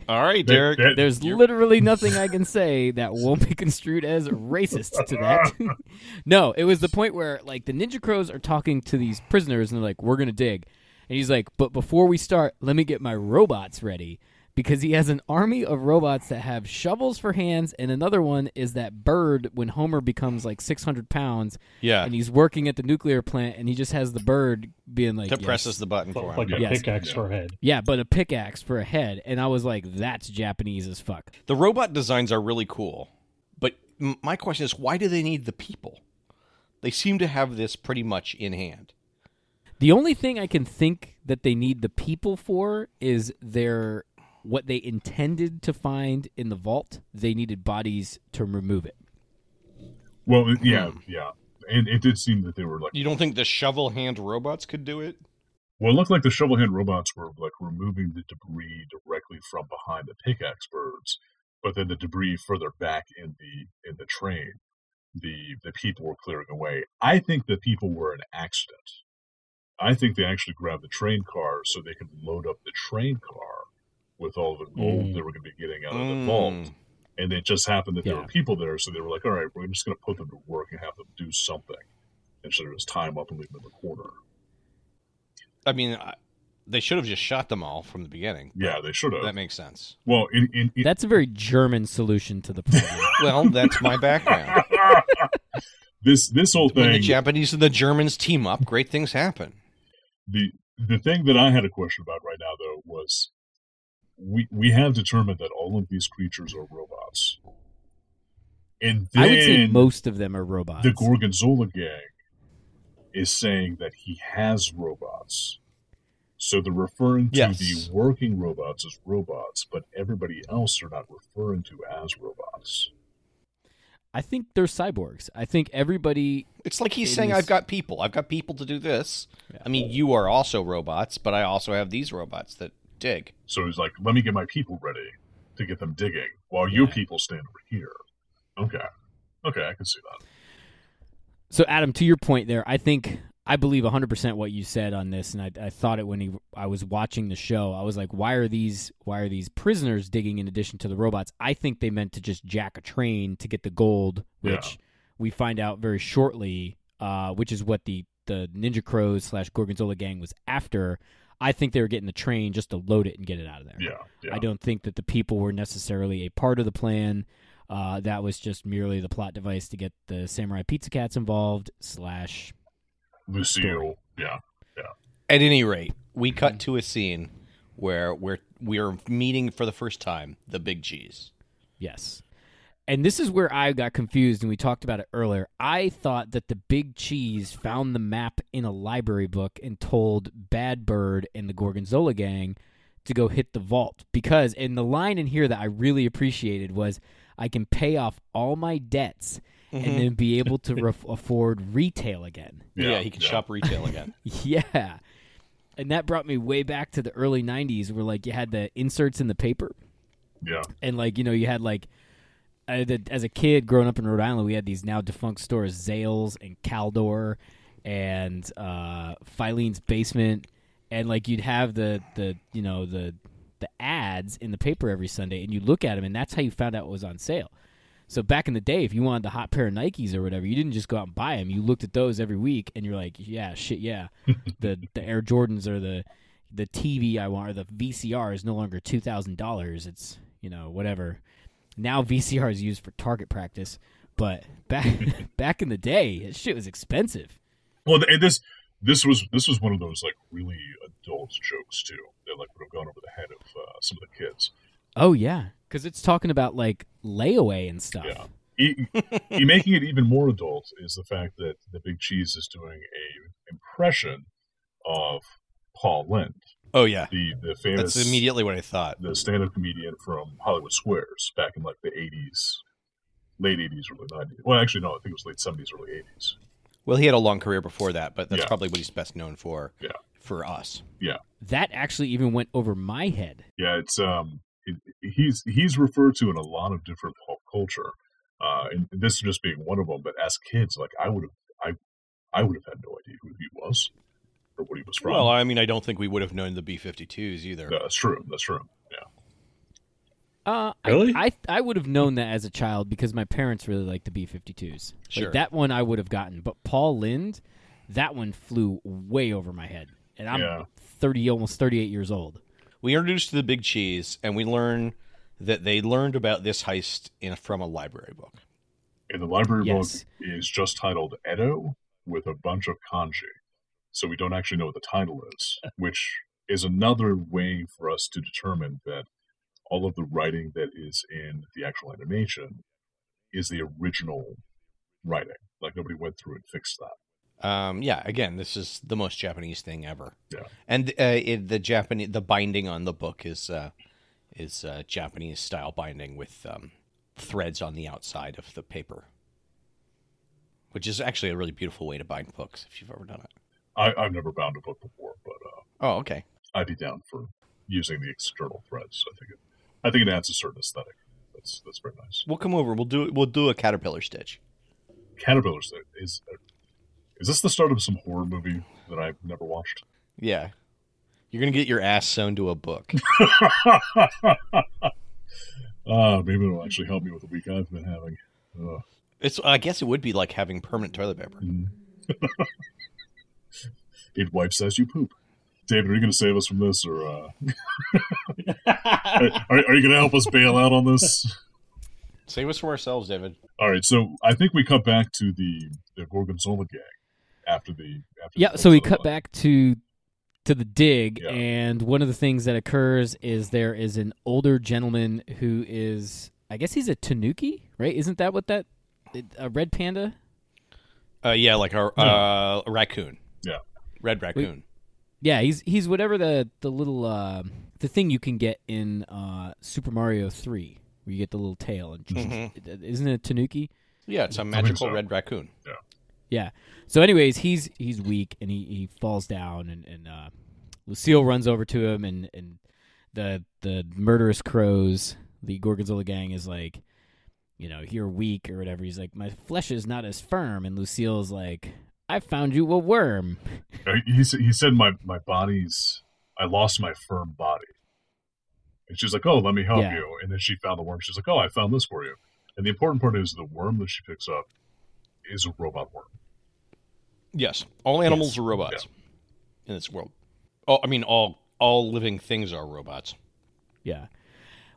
Speaker 3: All right,
Speaker 1: That-
Speaker 3: Derek.
Speaker 1: that-
Speaker 2: There's literally nothing I can say that won't be construed as racist to that. no, it was the point where like the Ninja Crows are talking to these prisoners and they're like, "We're gonna dig," and he's like, "But before we start, let me get my robots ready." Because he has an army of robots that have shovels for hands, and another one is that bird when Homer becomes like 600 pounds,
Speaker 3: yeah,
Speaker 2: and he's working at the nuclear plant, and he just has the bird being like,
Speaker 3: that
Speaker 2: "Yes."
Speaker 3: presses the button for him.
Speaker 4: Like a
Speaker 2: Yes.
Speaker 4: pickaxe for a head.
Speaker 2: Yeah, but a pickaxe for a head. And I was like, that's Japanese as fuck.
Speaker 3: The robot designs are really cool, but m- my question is, why do they need the people? They seem to have this pretty much in hand.
Speaker 2: The only thing I can think that they need the people for is their what they intended to find in the vault. They needed bodies to remove it.
Speaker 1: well it- yeah yeah and it did seem that they were like
Speaker 3: You don't think the shovel hand robots could do it?
Speaker 1: Well, it looked like the shovel hand robots were like removing the debris directly from behind the pickaxe birds, but then the debris further back in the in the train, the the people were clearing away. I think the people were an accident. I think they actually grabbed the train car so they could load up the train car with all the gold
Speaker 2: Mm.
Speaker 1: they were going to be getting out of the vault,
Speaker 3: Mm.
Speaker 1: and it just happened that there
Speaker 2: Yeah.
Speaker 1: were people there, so they were like, "All right, we're just going to put them to work and have them do something." And so it was time up and leave them in the corner.
Speaker 3: I mean, I, they should have just shot them all from the beginning.
Speaker 1: Yeah, they should have.
Speaker 3: That makes sense.
Speaker 1: Well, in, in, in
Speaker 2: That's a very German solution to the problem.
Speaker 3: Well, that's my background.
Speaker 1: this this whole
Speaker 3: When the
Speaker 1: thing,
Speaker 3: Japanese and the Germans team up, great things happen.
Speaker 1: the the thing that I had a question about right now though was we we have determined that all of these creatures are robots, and then
Speaker 2: I would say most of them are robots.
Speaker 1: the Gorgonzola gang is saying that he has robots. So they're referring to
Speaker 3: Yes.
Speaker 1: the working robots as robots, but everybody else are not referring to as robots.
Speaker 2: I think they're cyborgs. I think everybody
Speaker 3: It's like he's
Speaker 2: It
Speaker 3: saying,
Speaker 2: is-
Speaker 3: "I've got people. I've got people to do this."
Speaker 2: Yeah.
Speaker 3: I mean, you are also robots, but I also have these robots that dig.
Speaker 1: So he's like, "Let me get my people ready to get them digging, while your
Speaker 3: Yeah.
Speaker 1: people stand over here." Okay, okay, I can see that.
Speaker 2: So Adam, to your point there, I think I believe 100% what you said on this, and I, I thought it when he, I was watching the show. I was like, why are these why are these prisoners digging in addition to the robots? I think they meant to just jack a train to get the gold,
Speaker 1: Yeah.
Speaker 2: which we find out very shortly, uh, which is what the the Ninja Crows slash Gorgonzola gang was after. I think they were getting the train just to load it and get it out of there.
Speaker 1: Yeah, yeah.
Speaker 2: I don't think that the people were necessarily a part of the plan. Uh, that was just merely the plot device to get the samurai pizza cats involved slash
Speaker 1: Lucille. Yeah.
Speaker 3: At any rate,
Speaker 2: Mm-hmm.
Speaker 3: we cut to a scene where we're we're meeting for the first time the big G's.
Speaker 2: yes. And this is where I got confused, and we talked about it earlier. I thought that the big cheese found the map in a library book and told Bad Bird and the Gorgonzola gang to go hit the vault because and the line in here that I really appreciated was I can pay off all my debts and then be able to re- afford retail again.
Speaker 3: Yeah, he can shop retail again.
Speaker 2: Yeah. And that brought me way back to the early 90s where like you had the inserts in the paper
Speaker 1: Yeah.
Speaker 2: and like you know you had like I- the- as a kid growing up in Rhode Island we had these now defunct stores Zales and Caldor and uh Filene's Basement and like you'd have the the you know the the ads in the paper every Sunday and you look at them and that's how you found out what was on sale. So back in the day, if you wanted the hot pair of Nikes or whatever, you didn't just go out and buy them. You looked at those every week, and you're like, "Yeah, shit, yeah." the the Air Jordans or the the TV I want or the VCR is no longer two thousand dollars. It's you know whatever. Now VCR is used for target practice, but back back in the day, that shit was expensive.
Speaker 1: Well, and this this was this was one of those like really adult jokes too that like would have gone over the head of uh, some of the kids.
Speaker 2: Oh yeah, because it's talking about like layaway and stuff.
Speaker 1: Yeah. E- e- making it even more adult is the fact that the Big Cheese is doing a impression of Paul Lind,
Speaker 3: Oh yeah,
Speaker 1: the the
Speaker 3: that's
Speaker 1: famous
Speaker 3: immediately what I thought.
Speaker 1: the stand-up comedian from Hollywood Squares back in like the '80s, late '80s, early '90s. Well, actually, no, I think it was late '70s, early '80s.
Speaker 3: Well, he had a long career before that, but that's
Speaker 1: Yeah.
Speaker 3: probably what he's best known for.
Speaker 1: Yeah.
Speaker 3: For us,
Speaker 2: That actually even went over my head.
Speaker 1: Yeah, it's um, it, he's he's referred to in a lot of different pop culture, uh, and this just being one of them. But as kids, like I would have, I, I would have had no idea who he was or what he was from.
Speaker 3: well, I mean, I don't think we would have known the B-52s either.
Speaker 1: Yeah, that's true. That's true. Yeah,
Speaker 2: Uh, I-
Speaker 4: Really?
Speaker 2: I, I would have known that as a child because my parents really liked the B 52s.
Speaker 3: Sure.
Speaker 2: Like, that one I would have gotten. But Paul Lind, that one flew way over my head. And I'm
Speaker 1: Yeah.
Speaker 2: 30, almost 38 years old.
Speaker 3: We introduced to the Big Cheese, and we learn that they learned about this heist in from a library book.
Speaker 1: and the library
Speaker 2: Yes.
Speaker 1: book is just titled Edo with a bunch of kanji, so we don't actually know what the title is, which is another way for us to determine that all of the writing that is in the actual animation is the original writing. Like nobody went through and fixed that.
Speaker 3: Um, yeah, again, this is the most Japanese thing ever.
Speaker 1: Yeah.
Speaker 3: And uh, it, the Japanese, the binding on the book is uh, is uh, Japanese style binding with um, threads on the outside of the paper, which is actually a really beautiful way to bind books if you've ever done it.
Speaker 1: I, I've never bound a book before, but uh,
Speaker 3: Oh, okay.
Speaker 1: I'd be down for using the external threads. I think it, I think it adds a certain aesthetic. That's that's very nice.
Speaker 3: We'll come over. We'll do we'll do a caterpillar stitch.
Speaker 1: Caterpillars is uh, is this the start of some horror movie that I've never watched?
Speaker 3: Yeah. You're gonna get your ass sewn to a book.
Speaker 1: Uh, maybe it'll actually help me with the week I've been having. Uh, Ugh.
Speaker 3: It's I guess it would be like having permanent toilet paper.
Speaker 1: It wipes as you poop. David, are you going to save us from this, or uh, are, are you going to help us bail out on this?
Speaker 3: Save us from ourselves, David.
Speaker 1: All right, so I think we cut back to the, the Gorgonzola gang after the after.
Speaker 2: Yeah,
Speaker 1: the
Speaker 2: so we
Speaker 1: Gorgonzola
Speaker 2: cut back to to the dig,
Speaker 1: Yeah.
Speaker 2: and one of the things that occurs is there is an older gentleman who is, I guess he's a Tanuki, right? Isn't that what that, a red panda?
Speaker 3: Uh, yeah, like our uh, raccoon,
Speaker 1: Yeah,
Speaker 3: red raccoon.
Speaker 2: Yeah, he's he's whatever the the little uh, the thing you can get in uh, Super Mario Three, where you get the little tail and isn't it a Tanuki?
Speaker 3: Yeah, it's a magical
Speaker 1: so.
Speaker 3: red raccoon.
Speaker 2: Yeah. So, anyways, he's he's weak and he, he falls down and and uh, Lucille runs over to him and and the the murderous crows, the Gorgonzola gang is like, you know, you're weak or whatever. He's like, my flesh is not as firm, and Lucille's like, I found you a worm.
Speaker 1: Uh, He, s- he said, my, my body's, I lost my firm body. And she's like, oh, let me help
Speaker 2: Yeah.
Speaker 1: you. And then she found the worm. She's like, oh, I found this for you. And the important part is the worm that she picks up is a robot worm.
Speaker 3: Yes, all animals are robots in this world. Oh, I mean, all all living things are robots.
Speaker 2: Yeah.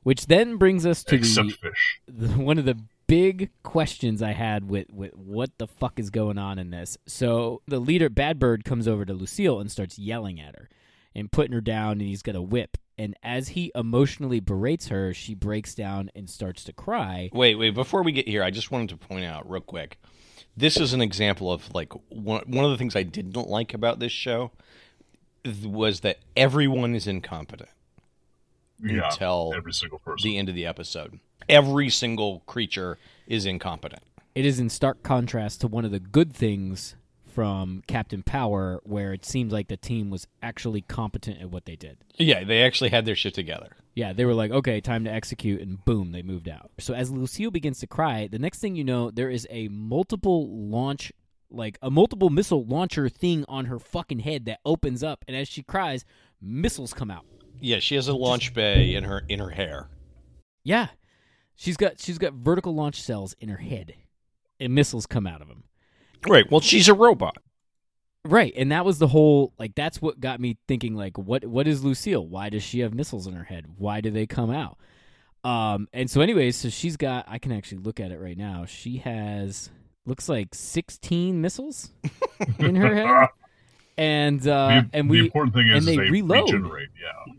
Speaker 2: Which then brings us to
Speaker 1: except
Speaker 2: the,
Speaker 1: fish.
Speaker 2: the one of the big questions I had with, with what the fuck is going on in this. So the leader, Bad Bird, comes over to Lucille and starts yelling at her and putting her down, and he's got a whip. And as he emotionally berates her, she breaks down and starts to cry.
Speaker 3: Wait, wait. Before we get here, I just wanted to point out real quick. This is an example of like one one of the things I didn't like about this show th- was that everyone is incompetent
Speaker 1: Yeah,
Speaker 3: until
Speaker 1: every single person.
Speaker 3: the end of the episode. Every single creature is incompetent.
Speaker 2: It is in stark contrast to one of the good things from Captain Power, where it seemed like the team was actually competent at what they did.
Speaker 3: Yeah, they actually had their shit together.
Speaker 2: Yeah, they were like, okay, time to execute, and boom, they moved out. So as Lucille begins to cry, the next thing you know, there is a multiple launch, like a multiple missile launcher thing on her fucking head that opens up, and as she cries, missiles come out.
Speaker 3: Yeah, she has a launch bay in her in her hair.
Speaker 2: Yeah, she's got she's got vertical launch cells in her head, and missiles come out of them.
Speaker 3: Right. Well, she's a robot.
Speaker 2: Right, and that was the whole like that's what got me thinking like what what is Lucille? Why does she have missiles in her head? Why do they come out? Um and so anyways, so she's got I can actually look at it right now. She has looks like 16 missiles in her head. And uh
Speaker 1: the,
Speaker 2: and
Speaker 1: the
Speaker 2: we
Speaker 1: important thing
Speaker 2: and
Speaker 1: is
Speaker 2: they
Speaker 1: they
Speaker 2: reload.
Speaker 1: regenerate. Yeah,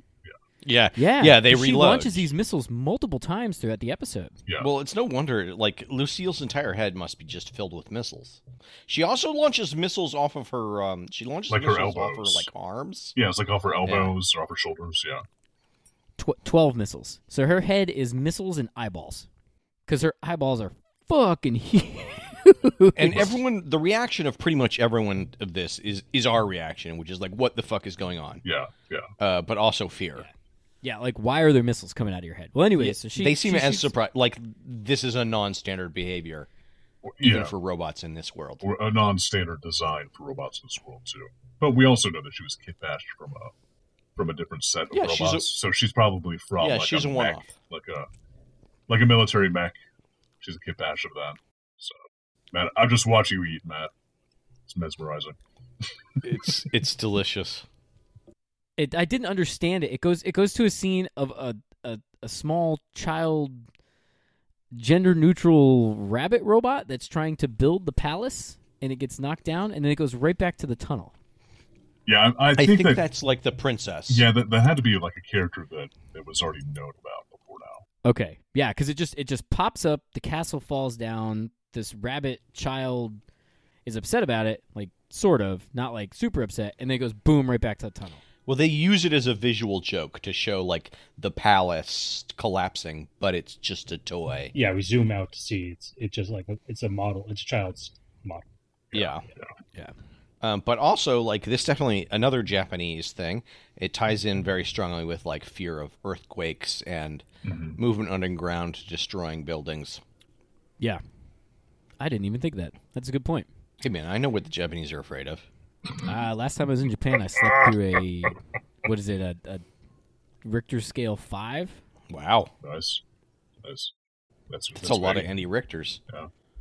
Speaker 3: Yeah.
Speaker 2: yeah,
Speaker 3: Yeah. They
Speaker 2: 'cause
Speaker 3: reload.
Speaker 2: She launches these missiles multiple times throughout the episode.
Speaker 1: yeah.
Speaker 3: Well, it's no wonder. Like Lucille's entire head must be just filled with missiles. She also launches missiles off of her. Um, she launches
Speaker 1: Like her
Speaker 3: missiles off her
Speaker 1: elbows.
Speaker 3: like arms.
Speaker 1: yeah, it's like off her elbows or off her shoulders. Yeah.
Speaker 2: Tw- 12 missiles. So her head is missiles and eyeballs. Cuz her eyeballs are fucking huge.
Speaker 3: And everyone, the reaction of pretty much everyone of this is is our reaction, which is like, what the fuck is going on?
Speaker 1: Yeah, yeah.
Speaker 3: Uh, but also fear.
Speaker 2: Yeah, like why are there missiles coming out of your head? Well, anyway, so she
Speaker 3: they seem
Speaker 2: she
Speaker 3: as
Speaker 2: shoots-
Speaker 3: surprised. Like this is a non-standard behavior
Speaker 1: Or-
Speaker 3: even
Speaker 1: yeah.
Speaker 3: for robots in this world.
Speaker 1: Or a non standard design for robots in this world, too. But we also know that she was kidnapped from a from a different set of
Speaker 3: Yeah, she's
Speaker 1: robots.
Speaker 3: a-
Speaker 1: so she's probably from
Speaker 3: Yeah,
Speaker 1: like
Speaker 3: she's
Speaker 1: a,
Speaker 3: a
Speaker 1: mech,
Speaker 3: one-off.
Speaker 1: Like a like a military mech. She's a kidnapped of that. So man, I'm just watching you eat, Matt. It's mesmerizing.
Speaker 3: It's it's delicious.
Speaker 2: It, I didn't understand it. It goes it goes to a scene of a a, a small child gender neutral rabbit robot that's trying to build the palace and it gets knocked down and then it goes right back to the tunnel.
Speaker 1: Yeah, I, I
Speaker 3: I
Speaker 1: think,
Speaker 3: think
Speaker 1: that,
Speaker 3: that's like the princess.
Speaker 1: yeah, that, that had to be like a character that, that was already known about before now.
Speaker 2: Okay. Yeah, cuz it just it just pops up, the castle falls down, this rabbit child is upset about it, like sort of, not like super upset, and then it goes boom right back to the tunnel.
Speaker 3: Well, they use it as a visual joke to show like the palace collapsing, but it's just a toy.
Speaker 4: Yeah, we zoom out to see it's it's just like a, it's a model. It's a child's model.
Speaker 3: Yeah.
Speaker 2: Yeah.
Speaker 3: Um, but also, like this, definitely another Japanese thing. It ties in very strongly with like fear of earthquakes and movement underground, destroying buildings.
Speaker 2: Yeah. I didn't even think of that. That's a good point.
Speaker 3: Hey, man, I know what the Japanese are afraid of.
Speaker 2: Uh, last time I was in Japan, I slept through a what is it a, a Richter scale five?
Speaker 3: Wow,
Speaker 1: Nice. Nice. That's,
Speaker 3: that's, a lot
Speaker 1: big.
Speaker 3: of Andy Richters.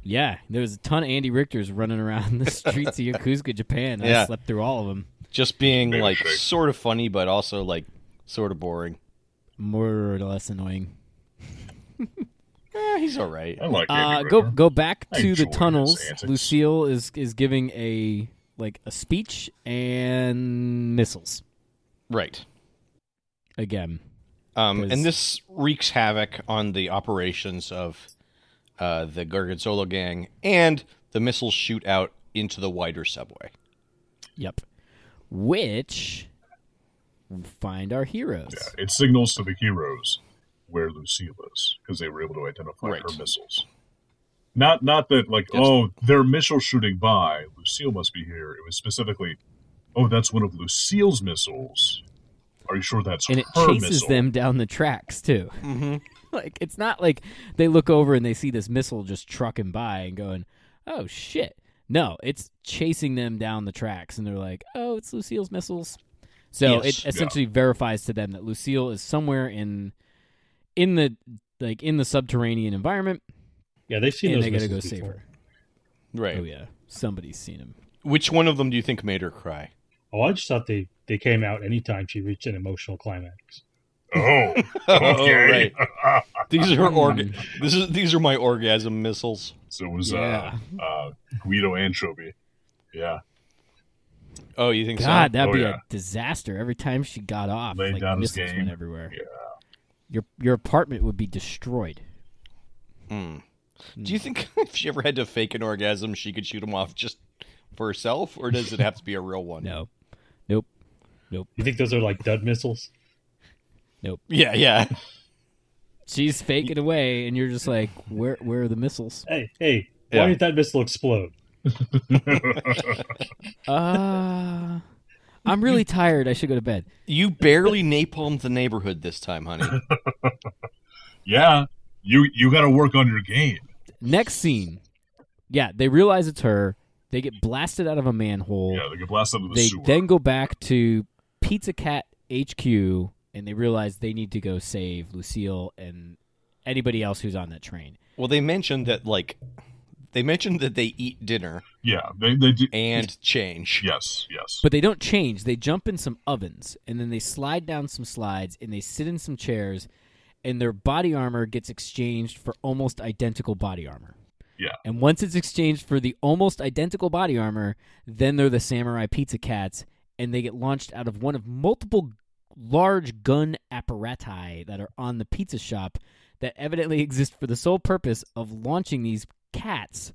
Speaker 2: Yeah, there was a ton of Andy Richters running around the streets of Yokosuka, Japan. and I
Speaker 3: Yeah.
Speaker 2: slept through all of them.
Speaker 3: Just being
Speaker 1: Maybe
Speaker 3: like
Speaker 1: shake.
Speaker 3: sort of funny, but also like sort of boring.
Speaker 2: More or less annoying.
Speaker 3: Eh, he's all right.
Speaker 1: I like Andy
Speaker 2: Uh, go
Speaker 1: Richter.
Speaker 2: go back
Speaker 1: I
Speaker 2: to the
Speaker 1: enjoy his
Speaker 2: tunnels.
Speaker 1: antics.
Speaker 2: Lucille is is giving a like a speech and missiles
Speaker 3: Right.
Speaker 2: again.
Speaker 3: Um,
Speaker 2: 'Cause-
Speaker 3: and this wreaks havoc on the operations of uh, the Gorgonzola gang, and the missiles shoot out into the wider subway.
Speaker 2: Yep, which find our heroes.
Speaker 1: Yeah, it signals to the heroes where Lucille is because they were able to identify
Speaker 3: Right.
Speaker 1: her missiles. Not not that like
Speaker 3: Yes.
Speaker 1: oh their missile shooting by Lucille must be here. It was specifically oh that's one of Lucille's missiles. Are you sure that's
Speaker 2: and it
Speaker 1: her
Speaker 2: chases
Speaker 1: missile? Mm-hmm.
Speaker 2: them down the tracks too. like it's not like they look over and they see this missile just trucking by and going, "Oh shit, No, it's chasing them down the tracks, and they're like, "Oh, it's Lucille's missiles." So
Speaker 1: Yes,
Speaker 2: it
Speaker 1: yeah.
Speaker 2: essentially verifies to them that Lucille is somewhere in, in the like in the subterranean environment,
Speaker 4: Yeah, they've seen
Speaker 2: and
Speaker 4: those.
Speaker 2: they gotta go
Speaker 4: missiles
Speaker 2: save
Speaker 4: before.
Speaker 2: her.
Speaker 3: Right.
Speaker 2: Oh yeah, somebody's seen him.
Speaker 3: Which one of them do you think made her cry?
Speaker 4: Oh, I just thought they they came out anytime she reached an emotional climax.
Speaker 1: Oh, okay.
Speaker 3: These are org- This is these are my orgasm missiles.
Speaker 1: so it was
Speaker 2: Yeah.
Speaker 1: uh, uh, Guido Anchovy. Yeah,
Speaker 3: Oh, you think
Speaker 2: God,
Speaker 3: so?
Speaker 2: that'd
Speaker 1: Oh,
Speaker 2: be
Speaker 1: yeah.
Speaker 2: a disaster every time she got off.
Speaker 1: Laid
Speaker 2: like
Speaker 1: down his
Speaker 2: missiles
Speaker 1: game.
Speaker 2: went everywhere. Yeah. Your your apartment would be destroyed.
Speaker 3: Hmm. Do you think if she ever had to fake an orgasm, she could shoot them off just for herself, or does it have to be a real one?
Speaker 2: No.
Speaker 4: You think those are like dud missiles?
Speaker 3: Yeah, yeah.
Speaker 2: She's faking away and you're just like, Where where are the missiles?
Speaker 4: Hey, hey,
Speaker 3: Yeah.
Speaker 4: why did that missile explode?
Speaker 2: Uh I'm really tired. I should go to bed.
Speaker 3: You barely napalmed the neighborhood this time, honey.
Speaker 1: yeah. You you got to work on your game.
Speaker 2: Next scene. Yeah, they realize it's her. They get blasted out of a manhole.
Speaker 1: Yeah, they get blasted out of the
Speaker 2: they
Speaker 1: sewer.
Speaker 2: then go back to Pizza Cat HQ and they realize they need to go save Lucille and anybody else who's on that train.
Speaker 3: well, they mentioned that like they mentioned that they eat dinner
Speaker 1: yeah, they they do.
Speaker 3: and change.
Speaker 1: Yes, yes.
Speaker 2: But they don't change. They jump in some ovens and then they slide down some slides and they sit in some chairs and their body armor gets exchanged for almost identical body armor.
Speaker 1: Yeah.
Speaker 2: And once it's exchanged for the almost identical body armor, then they're the samurai pizza cats and they get launched out of one of multiple large gun apparati that are on the pizza shop that evidently exist for the sole purpose of launching these cats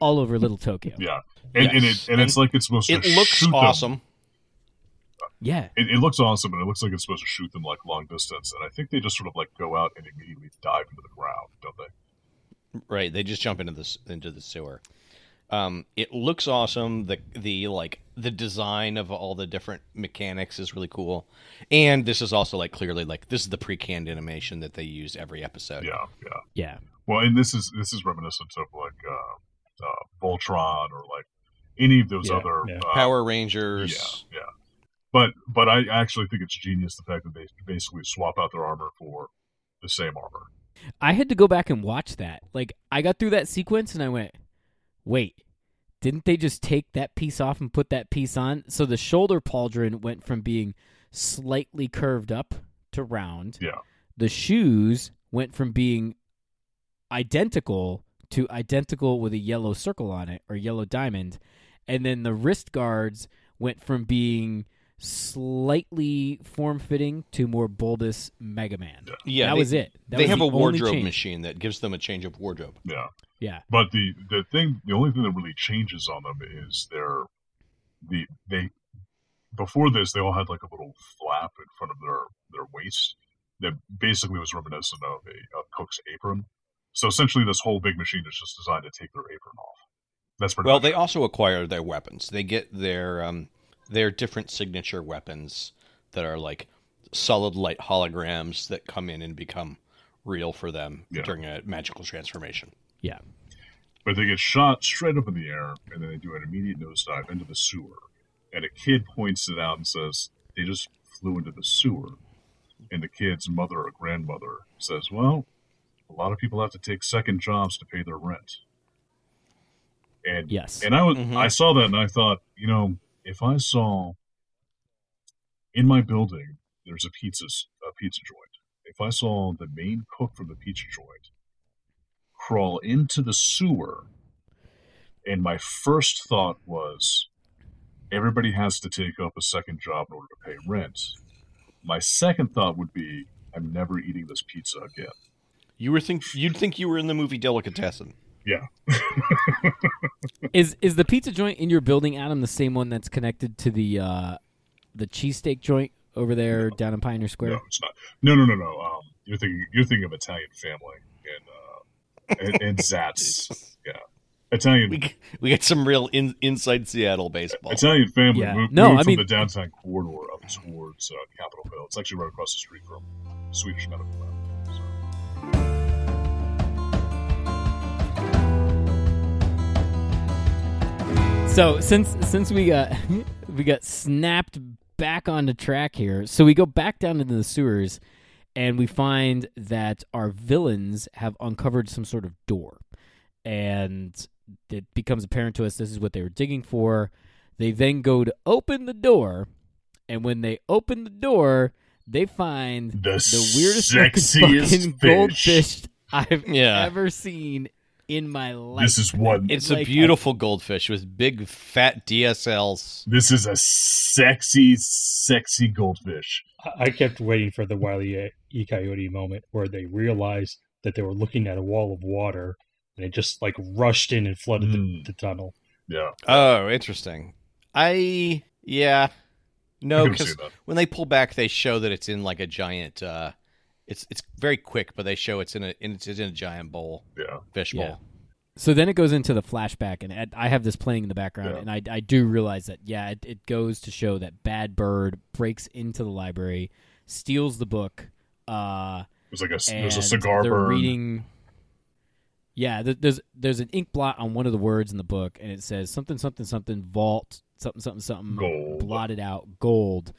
Speaker 2: all over little Tokyo.
Speaker 1: yeah, and, and it
Speaker 3: Yes.
Speaker 1: and it's like it's supposed
Speaker 3: It
Speaker 1: to.
Speaker 3: looks
Speaker 1: shoot them.
Speaker 3: awesome.
Speaker 2: yeah.
Speaker 1: It, it looks awesome, and it looks like it's supposed to shoot them like long distance. And I think they just sort of like go out and immediately dive into the ground, don't they?
Speaker 3: Right, they just jump into this into the sewer. Um, it looks awesome. The the like the design of all the different mechanics is really cool, and this is also like clearly like this is the pre canned animation that they use every episode.
Speaker 1: Yeah, yeah.
Speaker 2: Yeah.
Speaker 1: Well, and this is this is reminiscent of like uh, uh, Voltron or like any of those
Speaker 4: Yeah,
Speaker 1: other
Speaker 4: yeah.
Speaker 1: Uh,
Speaker 3: Power Rangers.
Speaker 1: Yeah, yeah. But but I actually think it's genius the fact that they basically swap out their armor for the same armor.
Speaker 2: I had to go back and watch that. Like I got through that sequence and I went, "Wait, didn't they just take that piece off and put that piece on?" So the shoulder pauldron went from being slightly curved up to round.
Speaker 1: Yeah.
Speaker 2: The shoes went from being identical to identical with a yellow circle on it or yellow diamond, and then the wrist guards went from being slightly form-fitting to more bulbous Mega Man.
Speaker 3: Yeah,
Speaker 2: that
Speaker 3: they-
Speaker 2: was it. That
Speaker 3: they
Speaker 2: was
Speaker 3: have
Speaker 2: the
Speaker 3: a
Speaker 2: only
Speaker 3: wardrobe
Speaker 2: change.
Speaker 3: machine that gives them a change of wardrobe.
Speaker 1: Yeah.
Speaker 2: Yeah.
Speaker 1: But the the thing, the only thing that really changes on them is their the they before this they all had like a little flap in front of their their waist that basically was reminiscent of a, a cook's apron. So essentially, this whole big machine is just designed to take their apron off. That's pretty
Speaker 3: Well,
Speaker 1: much
Speaker 3: they also acquire their weapons. They get their um, their different signature weapons that are like solid light holograms that come in and become real for them
Speaker 1: Yeah.
Speaker 3: during a magical transformation.
Speaker 2: Yeah.
Speaker 1: But they get shot straight up in the air, and then they do an immediate nosedive into the sewer. And a kid points it out and says, They just flew into the sewer. And the kid's mother or grandmother says, Well, a lot of people have to take second jobs to pay their rent. And
Speaker 2: Yes.
Speaker 1: and I was
Speaker 3: Mhm.
Speaker 1: I saw that and I thought, you know, if I saw in my building there's a pizza s- a pizza joint. If I saw the main cook from the pizza joint crawl into the sewer, and my first thought was, everybody has to take up a second job in order to pay rent. My second thought would be, I'm never eating this pizza again.
Speaker 3: You were think you'd think you were in the movie Delicatessen.
Speaker 1: Yeah,
Speaker 2: Is is the pizza joint in your building, Adam, the same one that's connected to the uh, the cheesesteak joint over there down in Pioneer Square?
Speaker 1: No, it's not. No, no, no, no. Um, you're thinking you're thinking of Italian family and uh, and, and Zats. Yeah, Italian
Speaker 3: We g- we get some real in, inside Seattle baseball.
Speaker 1: Italian family
Speaker 2: Yeah.
Speaker 1: moved,
Speaker 2: No,
Speaker 1: moved
Speaker 2: I
Speaker 1: from
Speaker 2: mean-
Speaker 1: the downtown corridor up towards uh, Capitol Hill. It's actually right across the street from Swedish Medical Lab. So-
Speaker 2: So since since we got we got snapped back onto track here, so we go back down into the sewers, and we find that our villains have uncovered some sort of door, and it becomes apparent to us this is what they were digging for. They then go to open the door, and when they open the door, they find
Speaker 1: The,
Speaker 2: the weirdest looking
Speaker 1: sexiest
Speaker 2: fucking
Speaker 1: fish.
Speaker 2: goldfish I've
Speaker 3: Yeah.
Speaker 2: ever seen in my life.
Speaker 1: This is one.
Speaker 3: It's
Speaker 2: Like,
Speaker 3: a beautiful goldfish with big fat DSLs.
Speaker 1: This is a sexy, sexy goldfish.
Speaker 4: I- I kept waiting for the Wily E. Coyote moment where they realized that they were looking at a wall of water and it just like rushed in and flooded the,
Speaker 1: Mm.
Speaker 4: the tunnel.
Speaker 1: Yeah,
Speaker 3: Oh, interesting. I yeah.
Speaker 2: Oh,
Speaker 1: I
Speaker 3: No,
Speaker 1: can see
Speaker 3: because
Speaker 1: that.
Speaker 3: when they pull back, they show that it's in like a giant. uh It's it's very quick, but they show it's in a in, it's in a giant bowl,
Speaker 1: Yeah,
Speaker 3: fish
Speaker 2: Yeah.
Speaker 3: bowl.
Speaker 2: So then it goes into the flashback, and Ed- I have this playing in the background,
Speaker 1: Yeah.
Speaker 2: and I, I do realize that, yeah, it, it goes to show that Bad Bird breaks into the library, steals the book, uh,
Speaker 1: it was like a
Speaker 2: and
Speaker 1: there's a cigar
Speaker 2: they're
Speaker 1: burn.
Speaker 2: reading. Yeah, th- there's there's an ink blot on one of the words in the book, and it says something something something vault something something something
Speaker 1: Gold.
Speaker 2: blotted out gold,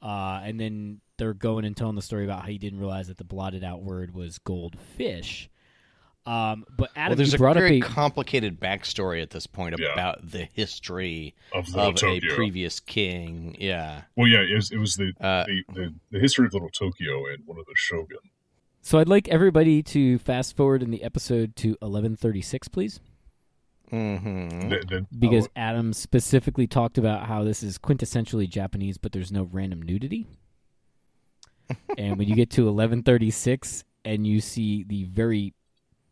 Speaker 2: uh, and then they're going and telling the story about how he didn't realize that the blotted out word was goldfish. Um, but
Speaker 3: Well,
Speaker 2: Adam,
Speaker 3: there's
Speaker 2: you
Speaker 3: a
Speaker 2: brought
Speaker 3: very
Speaker 2: up a
Speaker 3: complicated backstory at this point
Speaker 1: Yeah.
Speaker 3: about the history
Speaker 1: of Little
Speaker 3: of a
Speaker 1: Tokyo.
Speaker 3: previous king. Yeah.
Speaker 1: well, yeah, it was, it was the,
Speaker 3: Uh,
Speaker 1: the, the the history of Little Tokyo and one of the shogun.
Speaker 2: So I'd like everybody to fast forward in the episode to 1136, please,
Speaker 3: hmm
Speaker 1: The- the-
Speaker 2: because
Speaker 1: oh,
Speaker 2: Adam specifically talked about how this is quintessentially Japanese, but there's no random nudity. and when you get to 1136 and you see the very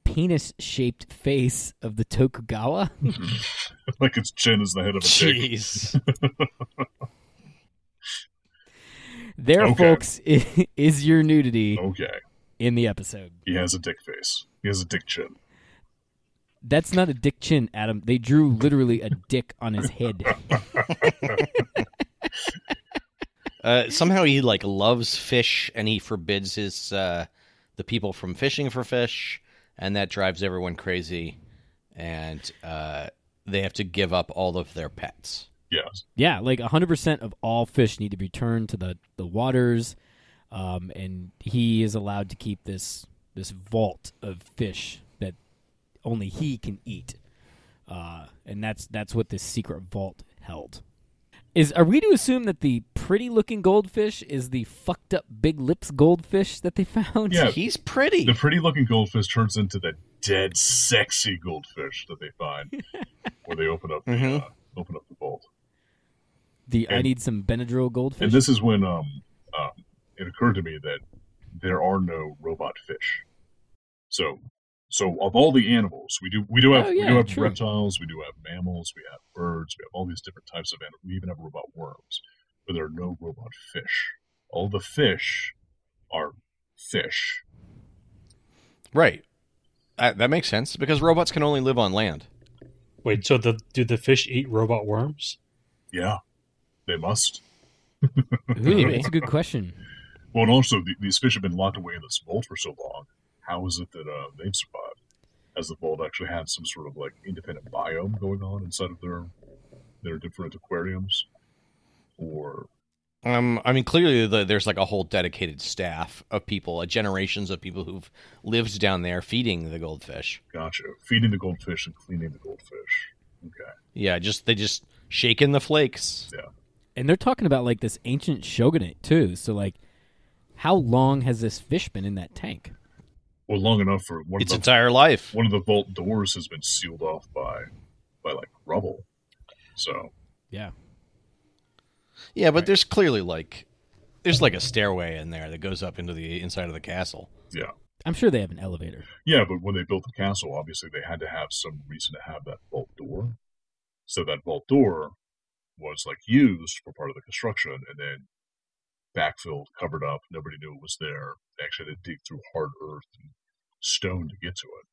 Speaker 2: penis-shaped face of the Tokugawa,
Speaker 1: like its chin is the head of a pig.
Speaker 3: Jeez.
Speaker 2: there,
Speaker 1: Okay.
Speaker 2: folks, i- is your nudity
Speaker 1: Okay,
Speaker 2: in the episode.
Speaker 1: he has a dick face. He has a dick chin.
Speaker 2: That's not a dick chin, Adam. They drew literally a dick on his head.
Speaker 3: Uh, somehow he like loves fish and he forbids his uh, the people from fishing for fish, and that drives everyone crazy, and uh, they have to give up all of their pets.
Speaker 1: Yes,
Speaker 2: Yeah, like 100% of all fish need to be turned to the, the waters. Um, and he is allowed to keep this this vault of fish that only he can eat. Uh, and that's that's what this secret vault held. Is are we to assume that the pretty looking goldfish is the fucked up big lips goldfish that they found?
Speaker 1: Yeah.
Speaker 3: He's pretty.
Speaker 1: the pretty looking goldfish turns into the dead, sexy goldfish that they find when they open up the,
Speaker 2: Mm-hmm.
Speaker 3: Mhm.
Speaker 1: uh, open up the vault.
Speaker 2: The I
Speaker 1: And-
Speaker 2: need some Benadryl goldfish.
Speaker 1: And this is when um, um, it occurred to me that there are no robot fish. So, so of all the animals, we do we do have
Speaker 2: Oh,
Speaker 1: we
Speaker 2: yeah,
Speaker 1: do have
Speaker 2: true.
Speaker 1: reptiles, we do have mammals, we have birds, we have all these different types of animals. We even have robot worms, but there are no robot fish. All the fish are fish.
Speaker 3: right. Uh, that makes sense because robots can only live on land.
Speaker 4: Wait, so the do the fish eat robot worms?
Speaker 1: Yeah, they must.
Speaker 2: Ooh, that's a good question.
Speaker 1: Well, and also the, these fish have been locked away in this vault for so long. How is it that uh, they've survived? Has the vault actually had some sort of like independent biome going on inside of their their different aquariums? Or
Speaker 3: Um, I mean, clearly the, there's like a whole dedicated staff of people, uh, generations of people who've lived down there feeding the goldfish.
Speaker 1: gotcha, feeding the goldfish and cleaning the goldfish. Okay,
Speaker 3: Yeah, just they just shake in the flakes.
Speaker 2: and they're talking about like this ancient shogunate too. So like, how long has this fish been in that tank?
Speaker 1: well, long enough for one of
Speaker 3: Its
Speaker 1: the
Speaker 3: entire life.
Speaker 1: one of the vault doors has been sealed off by by like rubble. So
Speaker 2: Yeah,
Speaker 3: Yeah, but there's clearly like there's like a stairway in there that goes up into the inside of the castle.
Speaker 2: I'm sure they have an elevator.
Speaker 1: Yeah, but when they built the castle, obviously they had to have some reason to have that vault door. So that vault door was like used for part of the construction and then backfilled, covered up. Nobody knew it was there. They actually had to dig through hard earth and stone to get to it.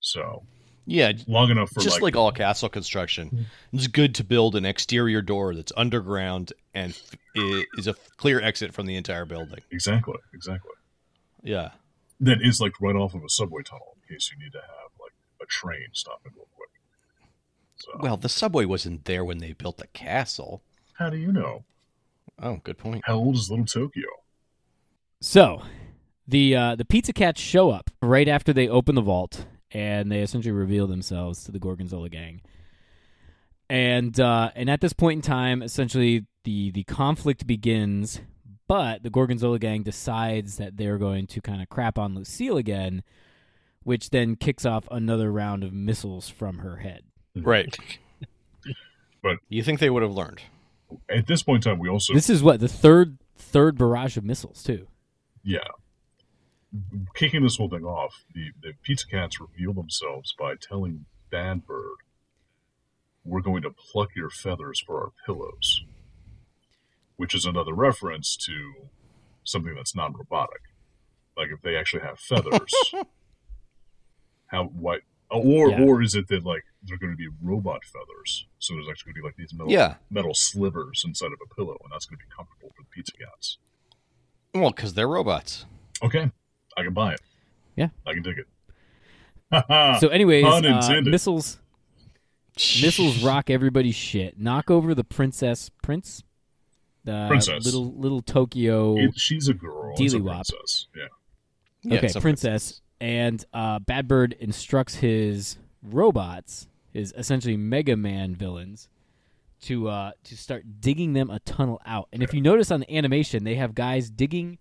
Speaker 1: So
Speaker 3: Yeah, j-
Speaker 1: long enough for
Speaker 3: just
Speaker 1: like,
Speaker 3: like,
Speaker 1: Mm-hmm.
Speaker 3: all castle construction, it's good to build an exterior door that's underground and f- i- is a f- clear exit from the entire building.
Speaker 1: exactly, exactly.
Speaker 3: Yeah.
Speaker 1: That is like right off of a subway tunnel in case you need to have like a train stopping real quick. So,
Speaker 3: Well, the subway wasn't there when they built the castle.
Speaker 1: how do you know?
Speaker 3: Oh, good point.
Speaker 1: How old is Little Tokyo?
Speaker 2: So, the uh, the pizza cats show up right after they open the vault, and they essentially reveal themselves to the Gorgonzola gang. And uh, and at this point in time, essentially the the conflict begins. But the Gorgonzola gang decides that they're going to kind of crap on Lucille again, which then kicks off another round of missiles from her head.
Speaker 3: Right.
Speaker 1: Hmm. But-
Speaker 3: you think they would have learned?
Speaker 1: At this point in time, we also
Speaker 2: This is what the third third barrage of missiles too.
Speaker 1: yeah. Kicking this whole thing off, the, the Pizza Cats reveal themselves by telling Bad Bird, "We're going to pluck your feathers for our pillows," which is another reference to something that's non-robotic, like if they actually have feathers. how what? Or
Speaker 2: Yeah.
Speaker 1: or is it that like they're going to be robot feathers? So there's actually going to be like these metal
Speaker 3: Yeah.
Speaker 1: metal slivers inside of a pillow, and that's going to be comfortable for the Pizza Cats.
Speaker 3: Well, because they're robots.
Speaker 1: Okay, I can buy it.
Speaker 2: Yeah.
Speaker 1: I can dig it.
Speaker 2: so, anyways, uh,
Speaker 1: unintended.
Speaker 2: missiles missiles rock everybody's shit. Knock over the princess prince, the
Speaker 1: Princess.
Speaker 2: little little Tokyo.
Speaker 1: It- she's a girl. It's a
Speaker 2: Dealywop.
Speaker 1: princess. Yeah,
Speaker 3: Yeah,
Speaker 2: okay,
Speaker 3: it's a
Speaker 2: princess. And uh, Bad Bird instructs his robots, his essentially Mega Man villains, to uh, to start digging them a tunnel out. And if you notice on the animation, they have guys digging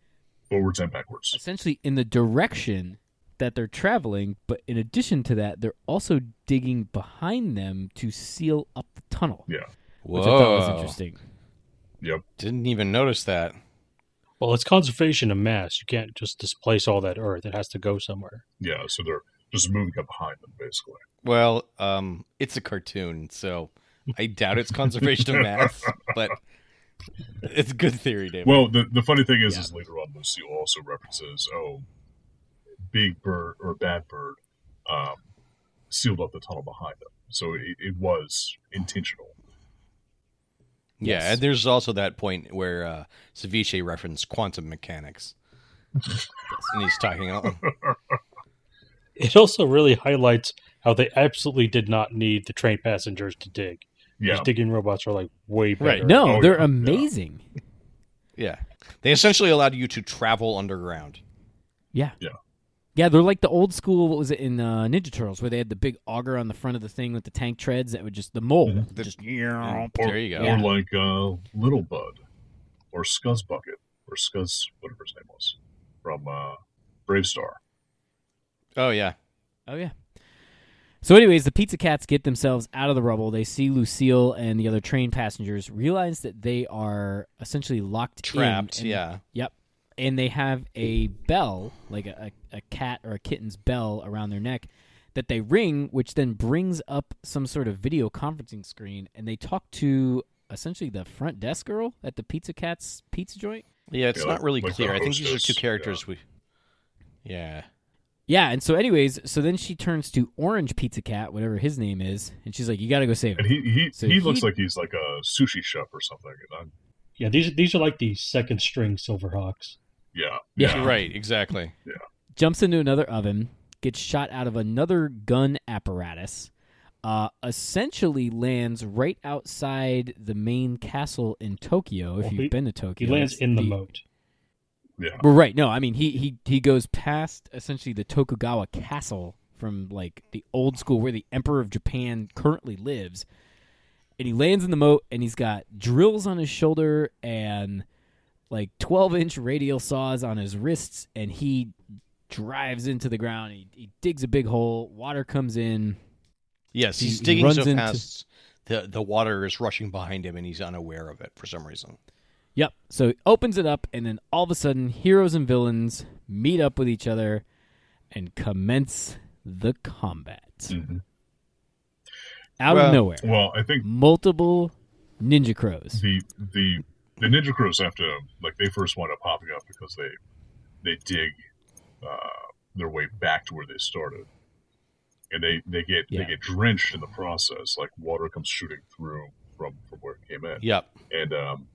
Speaker 1: forwards and backwards.
Speaker 2: essentially in the direction that they're traveling. But in addition to that, they're also digging behind them to seal up the tunnel.
Speaker 1: Yeah.
Speaker 3: Whoa.
Speaker 2: which I thought was interesting.
Speaker 1: Yep.
Speaker 3: Didn't even notice that.
Speaker 4: Well, it's conservation of mass. You can't just displace all that earth. It has to go somewhere.
Speaker 1: Yeah. So they're just moving up behind them, basically.
Speaker 3: Well, um, it's a cartoon, so I doubt it's conservation of mass, but it's a good theory, David.
Speaker 1: Well, the, the funny thing is, is later on, Lucille also references, oh, Big Bird or Bad Bird um, sealed up the tunnel behind them. So it, it was intentional.
Speaker 3: yeah, and there's also that point where uh, Ceviche referenced quantum mechanics. and he's talking.
Speaker 4: It also really highlights how they absolutely did not need the train passengers to dig.
Speaker 1: Yeah.
Speaker 4: These digging robots are like way better.
Speaker 3: Right.
Speaker 2: No,
Speaker 1: Oh,
Speaker 2: they're
Speaker 1: yeah.
Speaker 2: amazing.
Speaker 3: Yeah. They essentially allowed you to travel underground.
Speaker 2: Yeah.
Speaker 1: Yeah.
Speaker 2: Yeah, they're like the old school. What was it in uh, Ninja Turtles, where they had the big auger on the front of the thing with the tank treads that would just the mole.
Speaker 1: Mm-hmm.
Speaker 3: The-
Speaker 2: Just
Speaker 1: Or-
Speaker 3: there you go.
Speaker 1: Or like uh, Little Bud, or Scuzz Bucket, or Scuzz, whatever his name was, from uh, Brave Star.
Speaker 3: Oh, yeah.
Speaker 2: oh yeah. So, anyways, the pizza cats get themselves out of the rubble. They see Lucille and the other train passengers, realize that they are essentially locked in
Speaker 3: Trapped.
Speaker 2: and-
Speaker 3: yeah.
Speaker 2: Yep. And they have a bell, like a, a, a cat or a kitten's bell around their neck that they ring, which then brings up some sort of video conferencing screen. And they talk to essentially the front desk girl at the Pizza Cat's pizza joint.
Speaker 3: Yeah, it's
Speaker 1: Yeah,
Speaker 3: not really
Speaker 1: like the
Speaker 3: clear. I think these are two
Speaker 1: hostess,
Speaker 3: characters we. Yeah.
Speaker 2: Yeah. And so, anyways, so then she turns to Orange Pizza Cat, whatever his name is. And she's like, You got to go save
Speaker 1: And
Speaker 2: him.
Speaker 1: he he,
Speaker 2: So
Speaker 1: he
Speaker 2: he-
Speaker 1: looks like he's like a sushi chef or something. And I'm,
Speaker 4: Yeah, these these are like the second string Silverhawks.
Speaker 1: yeah,
Speaker 2: Yeah.
Speaker 3: Right, exactly.
Speaker 2: Jumps into another oven, gets shot out of another gun apparatus. uh, essentially lands right outside the main castle in Tokyo. If
Speaker 4: Well,
Speaker 2: you've
Speaker 4: he-
Speaker 2: been to Tokyo,
Speaker 4: He lands
Speaker 2: it's
Speaker 4: in the moat.
Speaker 1: yeah.
Speaker 2: Well, right? No, I mean he he he goes past essentially the Tokugawa castle from like the old school where the emperor of Japan currently lives, and he lands in the moat, and he's got drills on his shoulder and like twelve inch radial saws on his wrists, and he drives into the ground. He, he digs a big hole. Water comes in.
Speaker 3: Yes,
Speaker 2: He-
Speaker 3: he's
Speaker 2: he
Speaker 3: digging so
Speaker 2: runs into-
Speaker 3: fast the the water is rushing behind him and he's unaware of it for some reason.
Speaker 2: Yep. So he opens it up, and then all of a sudden, heroes and villains meet up with each other and commence the combat.
Speaker 1: Mhm.
Speaker 2: Out
Speaker 3: Well-
Speaker 2: of nowhere,
Speaker 1: Well, I think
Speaker 2: multiple ninja crows.
Speaker 1: the the the ninja crows have to like they first wind up popping up because they they dig uh, their way back to where they started, and they they get
Speaker 2: Yeah.
Speaker 1: they get drenched in the process. Like water comes shooting through from from where it came in.
Speaker 3: Yep.
Speaker 1: And um,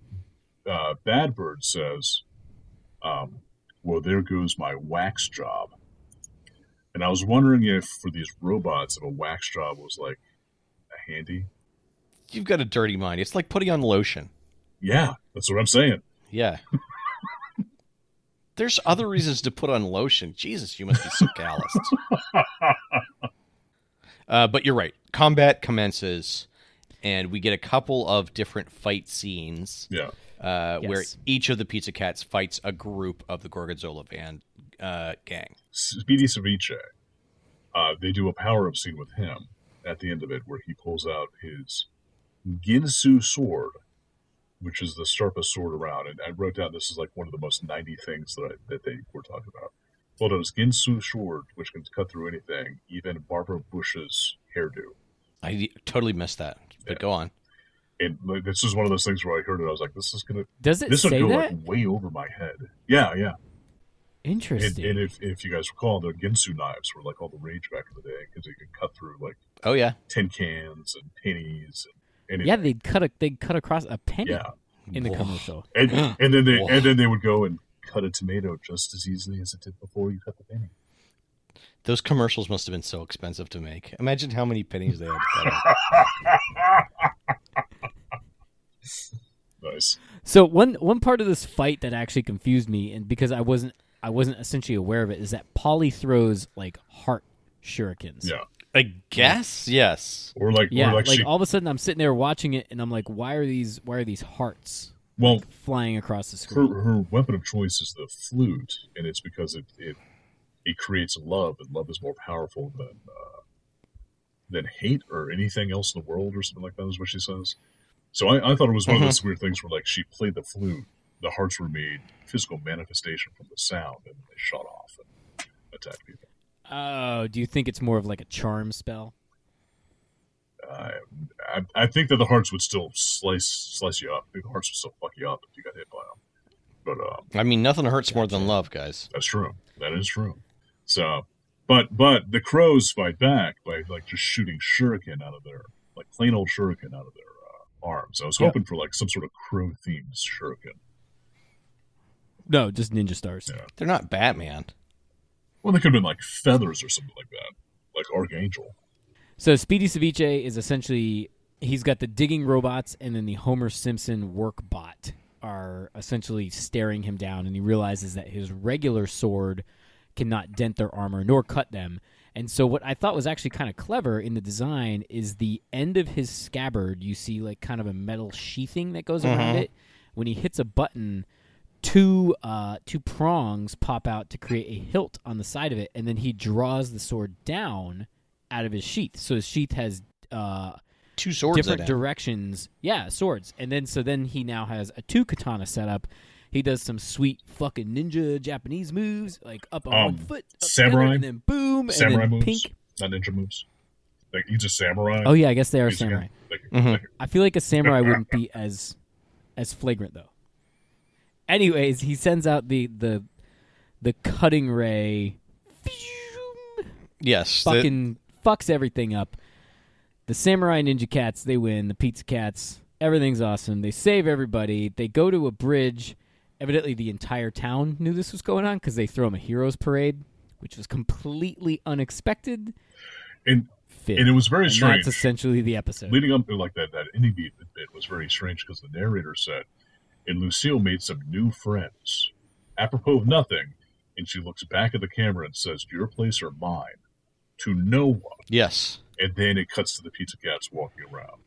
Speaker 1: uh, Bad Bird says, um, Well, there goes my wax job. And I was wondering if for these robots, if a wax job was like a handy.
Speaker 3: You've got a dirty mind. It's like putting on lotion.
Speaker 1: Yeah, that's what I'm saying.
Speaker 3: Yeah. There's other reasons to put on lotion. Jesus, you must be so calloused. uh, but you're right. Combat commences, and we get a couple of different fight scenes
Speaker 1: Yeah.
Speaker 3: uh, where
Speaker 2: Yes.
Speaker 3: each of the Pizza Cats fights a group of the Gorgonzola van uh, gang.
Speaker 1: Speedy Ceviche, uh, they do a power up scene with him at the end of it where he pulls out his Ginsu sword, which is the sharpest sword around. And I wrote down this is like one of the most 90 things that, I, that they were talking about. Well, it was Ginsu sword, which can cut through anything, even Barbara Bush's hairdo.
Speaker 3: I totally missed that, but
Speaker 1: Yeah.
Speaker 3: go on.
Speaker 1: And like, this is one of those things where I heard it, I was like, this is going to,
Speaker 2: Does it
Speaker 1: this would
Speaker 2: say
Speaker 1: go
Speaker 2: that?
Speaker 1: like way over my head. Yeah, yeah. And,
Speaker 2: Interesting.
Speaker 1: and if, if you guys recall, the Ginsu knives were like all the rage back in the day because they could cut through like
Speaker 3: Oh yeah,
Speaker 1: tin cans and pennies and, and
Speaker 2: yeah, they'd cut a they'd cut across a penny
Speaker 1: yeah.
Speaker 2: in the
Speaker 3: Whoa.
Speaker 2: commercial.
Speaker 1: And, and then they
Speaker 3: Whoa.
Speaker 1: and then they would go and cut a tomato just as easily as it did before you cut the penny.
Speaker 3: Those commercials must have been so expensive to make. Imagine how many pennies they had to cut. out.
Speaker 1: Nice.
Speaker 2: So one one part of this fight that actually confused me, and because I wasn't I wasn't essentially aware of it, is that Polly throws like heart shurikens.
Speaker 1: Yeah.
Speaker 3: I guess yes.
Speaker 1: Or like
Speaker 2: Yeah,
Speaker 1: or like,
Speaker 2: like,
Speaker 1: she,
Speaker 2: all of a sudden I'm sitting there watching it, and I'm like, why are these why are these hearts
Speaker 1: well
Speaker 2: flying across the
Speaker 1: her,
Speaker 2: screen?
Speaker 1: her weapon of choice is the flute and it's because it it, it creates love and love is more powerful than uh, than hate or anything else in the world or something like that is what she says. So I, I thought it was one of those weird things where like she played the flute, the hearts were made physical manifestation from the sound and they shot off and attacked people.
Speaker 2: Oh, do you think it's more of like a charm spell?
Speaker 1: I, I, I think that the hearts would still slice slice you up. The hearts would still fuck you up if you got hit by them. But um,
Speaker 3: I mean, nothing hurts more than love, guys.
Speaker 1: That's true. That is true. So, but but the crows fight back by like just shooting shuriken out of their like plain old shuriken out of their uh, arms. I was
Speaker 2: Yeah.
Speaker 1: hoping for like some sort of crow themed shuriken.
Speaker 2: No, just ninja stars.
Speaker 1: Yeah.
Speaker 3: They're not Batman.
Speaker 1: Well, they could have been like feathers or something like that, like archangel.
Speaker 2: So Speedy Ceviche is essentially he's got the digging robots and then the Homer Simpson work bot are essentially staring him down and he realizes that his regular sword cannot dent their armor nor cut them. And so what I thought was actually kind of clever in the design is the end of his scabbard you see like kind of a metal sheathing that goes around it. When he hits a button, two uh, two prongs pop out to create a hilt on the side of it, and then he draws the sword down out of his sheath. So his sheath has uh,
Speaker 3: Two swords.
Speaker 2: different
Speaker 3: in it.
Speaker 2: directions. Yeah, swords, and then so then he now has a two katana setup. He does some sweet fucking ninja Japanese moves, like up on
Speaker 1: Um,
Speaker 2: one foot, up the
Speaker 1: samurai-
Speaker 2: other, and then boom, and
Speaker 1: Samurai
Speaker 2: then
Speaker 1: moves,
Speaker 2: pink.
Speaker 1: not ninja moves. Like he's a samurai.
Speaker 2: Oh yeah, I guess they are
Speaker 1: He's a guy.
Speaker 2: samurai. Mm-hmm.
Speaker 1: Like,
Speaker 3: Mhm.
Speaker 1: like-
Speaker 2: I feel like a samurai wouldn't be as as flagrant though. Anyways, he sends out the the the cutting ray
Speaker 3: yes. the-
Speaker 2: fucking fucks everything up. The samurai ninja cats, they win, the pizza cats, everything's awesome. They save everybody. They go to a bridge. Evidently the entire town knew this was going on cuz they throw him a heroes parade, which was completely unexpected.
Speaker 1: and
Speaker 2: Fit.
Speaker 1: and it was very
Speaker 2: And
Speaker 1: strange.
Speaker 2: That's essentially the episode.
Speaker 1: leading up to like that that ending beat bit was very strange because the narrator said, "And Lucille made some new friends, apropos of nothing." And she looks back at the camera and says, "Your place or mine?" To no one.
Speaker 3: yes.
Speaker 1: And then it cuts to the pizza cats walking around.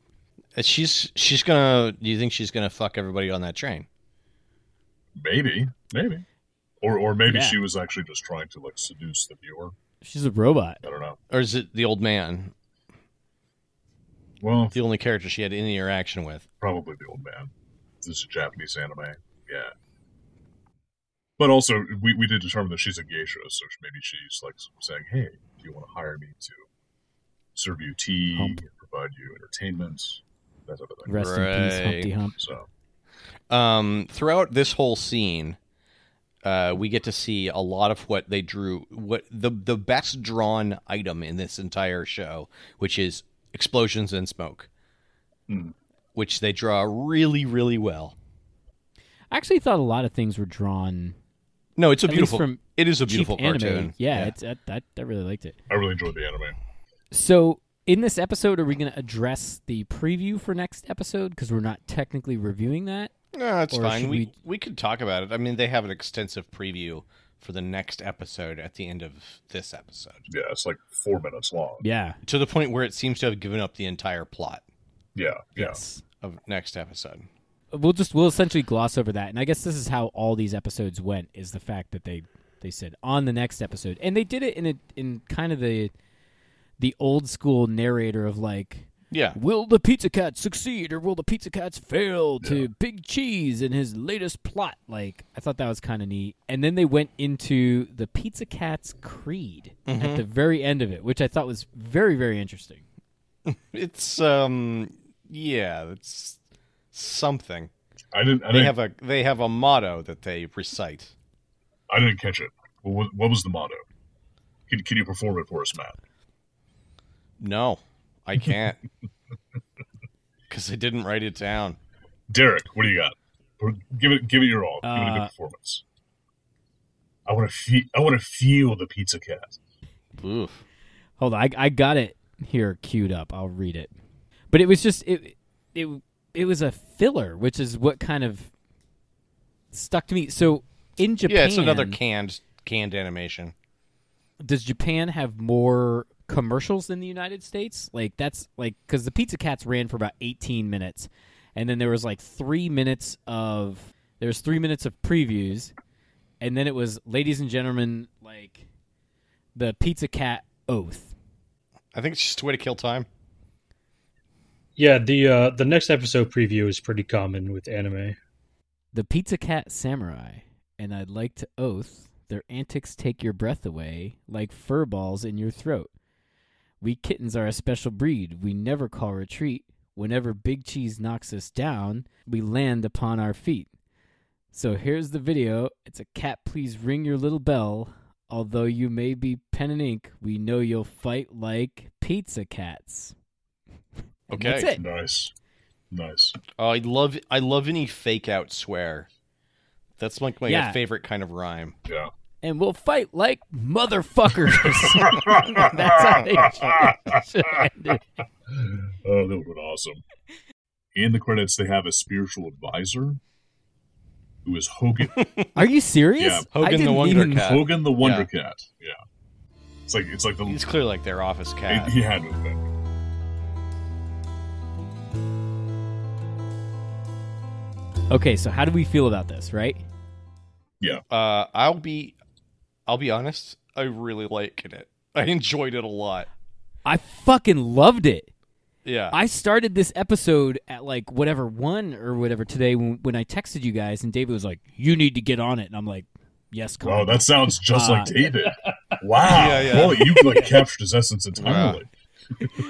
Speaker 3: Uh, She's she's gonna. Do you think she's gonna fuck everybody on that train?
Speaker 1: Maybe, maybe, or or maybe
Speaker 2: Yeah.
Speaker 1: she was actually just trying to like seduce the viewer.
Speaker 2: She's a robot.
Speaker 1: I don't know.
Speaker 3: Or is it the old man,
Speaker 1: Well,
Speaker 3: the only character she had any interaction with?
Speaker 1: probably the old man. This is a Japanese anime. Yeah. But also, we, we did determine that she's a geisha, so she- maybe she's like saying, "Hey, do you want to hire me to serve you tea,
Speaker 2: Hump.
Speaker 1: provide you entertainment, that type of thing?"
Speaker 2: Rest in peace,
Speaker 3: Right.
Speaker 2: Humpty Hump.
Speaker 1: So,
Speaker 3: Um, throughout this whole scene, uh, we get to see a lot of what they drew. What the the best drawn item in this entire show, which is explosions and smoke,
Speaker 1: Hmm.
Speaker 3: which they draw really really well.
Speaker 2: I actually thought a lot of things were drawn.
Speaker 3: No, it's a
Speaker 2: At least
Speaker 3: beautiful.
Speaker 2: from
Speaker 3: it is a
Speaker 2: Chief
Speaker 3: beautiful
Speaker 2: anime.
Speaker 3: cartoon.
Speaker 2: Yeah, It's, I, I, I really liked it.
Speaker 1: I really enjoyed the anime.
Speaker 2: So in this episode, are we going to address the preview for next episode? Because we're not technically reviewing that.
Speaker 3: No, it's
Speaker 2: Or
Speaker 3: fine.
Speaker 2: should
Speaker 3: We,
Speaker 2: we-
Speaker 3: we could talk about it. I mean, they have an extensive preview for the next episode at the end of this episode,
Speaker 1: Yeah, it's like four minutes long.
Speaker 2: Yeah.
Speaker 3: to the point where it seems to have given up the entire plot
Speaker 1: Yeah, yeah.
Speaker 2: Yes.
Speaker 3: of next episode.
Speaker 2: We'll just we'll essentially gloss over that, and I guess this is how all these episodes went: is the fact that they they said on the next episode, and they did it in a in kind of the the old school narrator of like
Speaker 3: Yeah,
Speaker 2: Will the Pizza Cats succeed or will the Pizza Cats fail to Big Cheese in his latest plot? Like, I thought that was kind of neat. And then they went into the Pizza Cats Creed
Speaker 3: Mm-hmm.
Speaker 2: at the very end of it, which I thought was very, very interesting.
Speaker 3: it's um, yeah, it's something.
Speaker 1: I didn't. I
Speaker 3: They
Speaker 1: didn't,
Speaker 3: have a they have a motto that they recite.
Speaker 1: I didn't catch it. What, was- what was the motto? Can, can you perform it for us, Matt?
Speaker 3: No, I can't, because I didn't write it down.
Speaker 1: Derek, what do you got? Or Give it, give it your all. give it a
Speaker 2: Uh,
Speaker 1: good performance. I want to feel. I want to feel the pizza cat.
Speaker 3: Oof.
Speaker 2: Hold on, I, I got it here queued up. I'll read it. But it was just it it it was a filler, which is what kind of stuck to me. So in Japan,
Speaker 3: Yeah, it's another canned canned animation.
Speaker 2: does Japan have more commercials than the United States? Like that's like because the Pizza Cats ran for about 18 minutes, and then there was like three minutes of there was three minutes of previews, and then it was ladies and gentlemen like the Pizza Cat oath.
Speaker 3: I think it's just a way to kill time.
Speaker 4: Yeah, the uh, the next episode preview is pretty common with anime.
Speaker 2: The Pizza Cat Samurai, and I'd like to oath their antics take your breath away like fur balls in your throat. We kittens are a special breed. We never call retreat. Whenever Big Cheese knocks us down, we land upon our feet. So here's the video. It's a cat, please ring your little bell. Although you may be pen and ink, we know you'll fight like pizza cats. And
Speaker 3: Okay.
Speaker 2: That's it.
Speaker 1: Nice, nice.
Speaker 3: Oh, I love I love any fake out swear. That's like my
Speaker 2: Yeah.
Speaker 3: favorite kind of rhyme.
Speaker 1: Yeah.
Speaker 2: And we'll fight like motherfuckers. That's how they should end it.
Speaker 1: Oh, that would have been awesome. In the credits, they have a spiritual advisor who is Hogan.
Speaker 2: Are you serious?
Speaker 1: Yeah,
Speaker 2: I
Speaker 3: Hogan the
Speaker 2: didn't
Speaker 3: Wonder
Speaker 2: even-
Speaker 3: Cat.
Speaker 1: Hogan the Wonder Cat. Yeah. It's like it's like the
Speaker 3: He's clearly like their office cat.
Speaker 1: he had to have been.
Speaker 2: Okay, so how do we feel about this, right?
Speaker 3: Uh, I'll be I'll be honest, I really liked it. I enjoyed it a lot.
Speaker 2: I fucking loved it.
Speaker 3: Yeah.
Speaker 2: I started this episode at like whatever one or whatever today when, when I texted you guys, and David was like, "You need to get on it," and I'm like, "Yes,
Speaker 3: Oh,
Speaker 2: Colin."
Speaker 1: Wow, that sounds just
Speaker 2: Uh,
Speaker 1: like David. Wow.
Speaker 3: Yeah, yeah.
Speaker 1: Well, you like captured his essence entirely.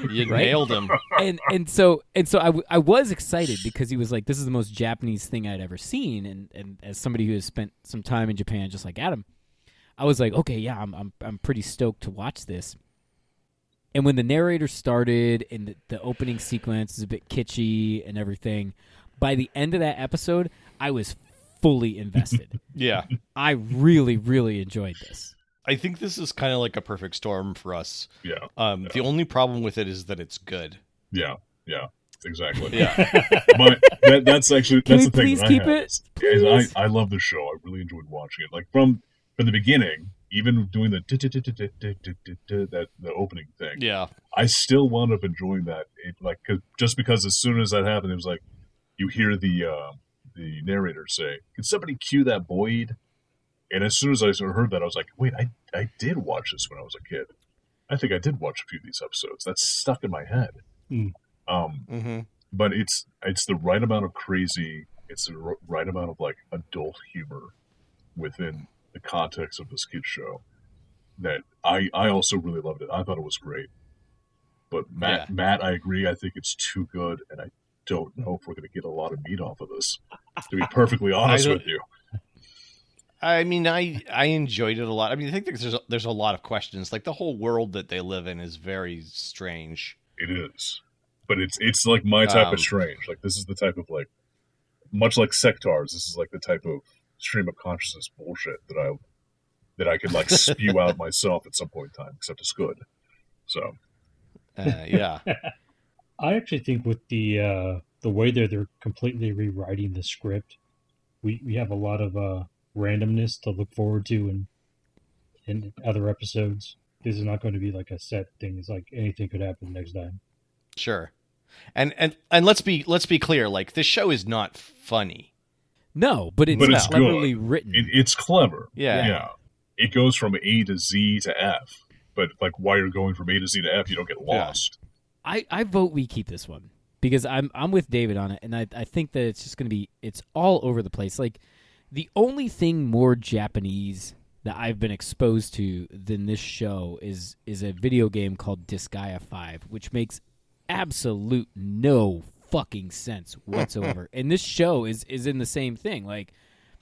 Speaker 3: you
Speaker 2: Right?
Speaker 3: nailed him.
Speaker 2: and and so and so I, w- I was excited because he was like this is the most Japanese thing I'd ever seen and and as somebody who has spent some time in Japan just like Adam I was like okay yeah I'm I'm I'm pretty stoked to watch this and when the narrator started and the, the opening sequence is a bit kitschy and everything by the end of that episode I was fully invested
Speaker 3: Yeah.
Speaker 2: I really really enjoyed this
Speaker 3: I think this is kind of like a perfect storm for us.
Speaker 1: Yeah.
Speaker 3: Um, the only problem with it is that it's good.
Speaker 1: Yeah. Yeah. Exactly.
Speaker 3: Yeah.
Speaker 1: but that, that's actually
Speaker 2: Can
Speaker 1: that's
Speaker 2: we
Speaker 1: the thing.
Speaker 2: please
Speaker 1: that I
Speaker 2: keep
Speaker 1: have
Speaker 2: it?
Speaker 1: is- is
Speaker 2: Please?
Speaker 1: I, I love the show. I really enjoyed watching it. Like from from the beginning, even doing the du- du- du- du- du- du- du- du- du- that the opening thing,
Speaker 3: yeah.
Speaker 1: I still wound up enjoying that. It, like 'cause- just because as soon as that happened, it was like you hear the uh, the narrator say, "Can somebody cue that Boyd?" And as soon as I sort of heard that, I was like, "Wait, I I did watch this when I was a kid. I think I did watch a few of these episodes. That's stuck in my head."
Speaker 4: Hmm.
Speaker 1: Um,
Speaker 3: hmm
Speaker 1: but it's it's the right amount of crazy. It's the r- right amount of like adult humor within the context of this kid show. That I I also really loved it. I thought it was great. But Matt
Speaker 3: Yeah.
Speaker 1: Matt, I agree. I think it's too good, and I don't know if we're going to get a lot of meat off of this. To be perfectly honest
Speaker 3: don't-
Speaker 1: with you,
Speaker 3: I mean, I I enjoyed it a lot. I mean, I think there's a, there's a lot of questions. Like the whole world that they live in is very strange.
Speaker 1: it is. But it's it's like my type
Speaker 3: Um,
Speaker 1: of strange. Like this is the type of like, much like sectars. This is like the type of stream of consciousness bullshit that I that I could like spew out myself at some point in time, except it's good. So
Speaker 3: Uh, yeah.
Speaker 4: I actually think with the uh, the way that they're completely rewriting the script, we, we have a lot of uh, randomness to look forward to in in other episodes. This is not going to be like a set thing. It's like anything could happen next time.
Speaker 3: Sure. And and and let's be let's be clear. Like this show is not funny.
Speaker 2: No, but it's,
Speaker 1: But it's good.
Speaker 2: cleverly written.
Speaker 1: It, it's clever.
Speaker 3: Yeah.
Speaker 1: yeah. It goes from A to Z to F. But like while you're going from A to Z to F, you don't get lost.
Speaker 2: I, I vote we keep this one because I'm I'm with David on it, and I I think that it's just going to be it's all over the place. Like the only thing more Japanese that I've been exposed to than this show is is a video game called Disgaea Five, which makes absolute no fucking sense whatsoever. and this show is is in the same thing. Like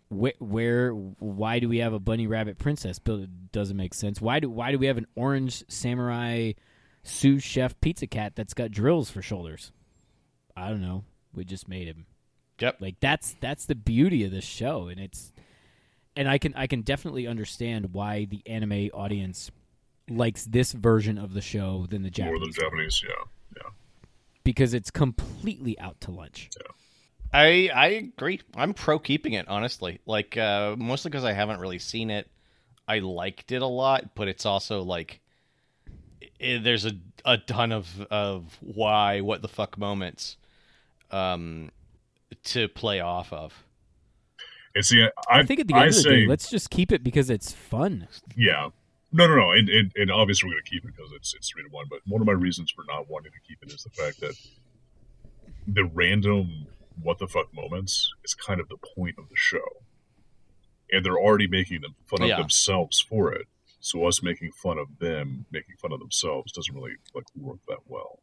Speaker 2: where, where why do we have a bunny rabbit princess build it doesn't make sense why do why do we have an orange samurai sous chef pizza cat that's got drills for shoulders i don't know we just made him
Speaker 3: Yep.
Speaker 2: like that's that's the beauty of this show and it's and i can i can definitely understand why the anime audience likes this version of the show than the
Speaker 1: More than
Speaker 2: japanese
Speaker 1: Japanese, yeah.
Speaker 2: because it's completely out to lunch
Speaker 3: I I agree. I'm pro keeping it honestly. Like uh, mostly because I haven't really seen it. I liked it a lot, but it's also like i there's a a ton of of why what the fuck moments, um, to play off of.
Speaker 1: And see, I,
Speaker 2: i,
Speaker 1: I
Speaker 2: think at the end of the day
Speaker 1: say-
Speaker 2: let's just keep it because it's fun
Speaker 1: Yeah. No, no, no. And, and, and obviously we're going to keep it because it's, it's three to one. But one of my reasons for not wanting to keep it is the fact that the random what the fuck moments is kind of the point of the show. And they're already making them fun
Speaker 3: Yeah.
Speaker 1: of themselves for it. So us making fun of them, making fun of themselves doesn't really like work that well.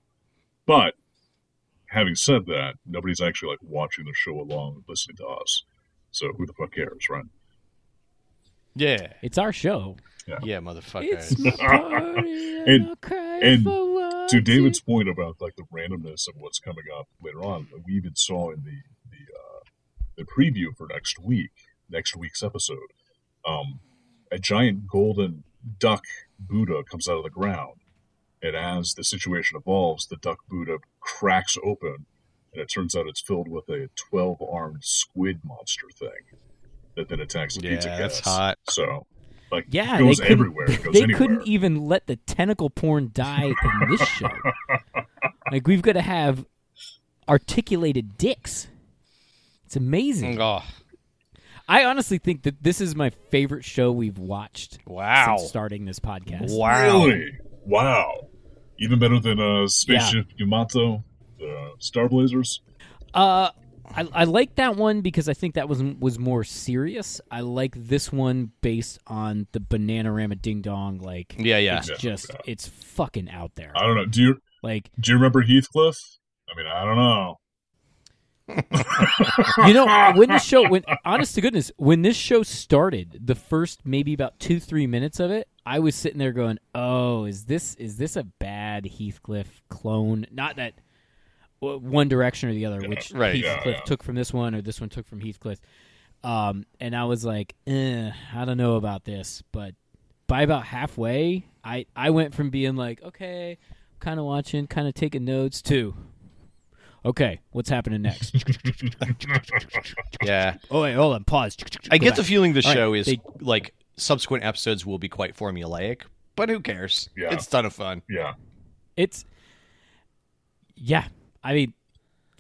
Speaker 1: But having said that, nobody's actually like watching the show along and listening to us. So who the fuck cares, right?
Speaker 3: Yeah.
Speaker 2: it's our show
Speaker 3: Yeah, motherfucker.
Speaker 2: It's my party and,
Speaker 1: And-
Speaker 2: I'll cry
Speaker 1: and
Speaker 2: for what
Speaker 1: to
Speaker 2: you-
Speaker 1: David's point about like the randomness of what's coming up later on, we even saw in the the uh, the preview for next week, next week's episode, um, a giant golden duck Buddha comes out of the ground, and as the situation evolves, the duck Buddha cracks open, and it turns out it's filled with a twelve armed squid monster thing that then attacks the
Speaker 3: Yeah,
Speaker 1: pizza.
Speaker 3: that's
Speaker 1: guys.
Speaker 3: hot.
Speaker 1: So, like,
Speaker 2: Yeah,
Speaker 1: it goes
Speaker 2: they couldn't-
Speaker 1: everywhere. It goes
Speaker 2: they
Speaker 1: anywhere.
Speaker 2: couldn't even let the tentacle porn die in this show. like we've got to have articulated dicks. It's amazing.
Speaker 3: Oh,
Speaker 2: I honestly think that this is my favorite show we've watched
Speaker 3: wow.
Speaker 2: since starting this podcast.
Speaker 3: Wow.
Speaker 1: Really? Wow. Even better than uh, Spaceship Yamato, uh, Star Blazers.
Speaker 2: Uh, I, I like that one because I think that was was more serious. I like this one based on the Bananarama Ding Dong. Like,
Speaker 3: Yeah, yeah.
Speaker 2: it's
Speaker 1: Yeah.
Speaker 2: just it's fucking out there.
Speaker 1: I don't know. Do you
Speaker 2: Like,
Speaker 1: do you remember Heathcliff? I mean, I don't know.
Speaker 2: you know, when the show, when honest to goodness, when this show started, the first maybe about two three minutes of it, I was sitting there going, "Oh, is this is this a bad Heathcliff clone? Not that w- one direction or the other, which
Speaker 3: right, yeah,
Speaker 2: Heathcliff
Speaker 1: yeah.
Speaker 2: took from this one or this one took from Heathcliff." Um, and I was like, eh, "I don't know about this," but by about halfway, I I went from being like, "Okay, kind of watching, kind of taking notes," to "Okay, what's happening next?"
Speaker 3: Yeah.
Speaker 2: Oh wait, hold on, pause.
Speaker 3: I
Speaker 2: Go
Speaker 3: get
Speaker 2: back.
Speaker 3: the feeling the
Speaker 2: All right,
Speaker 3: show is
Speaker 2: they-
Speaker 3: like subsequent episodes will be quite formulaic, but who cares?
Speaker 1: Yeah.
Speaker 3: It's a ton of fun.
Speaker 1: Yeah.
Speaker 2: It's yeah. I mean,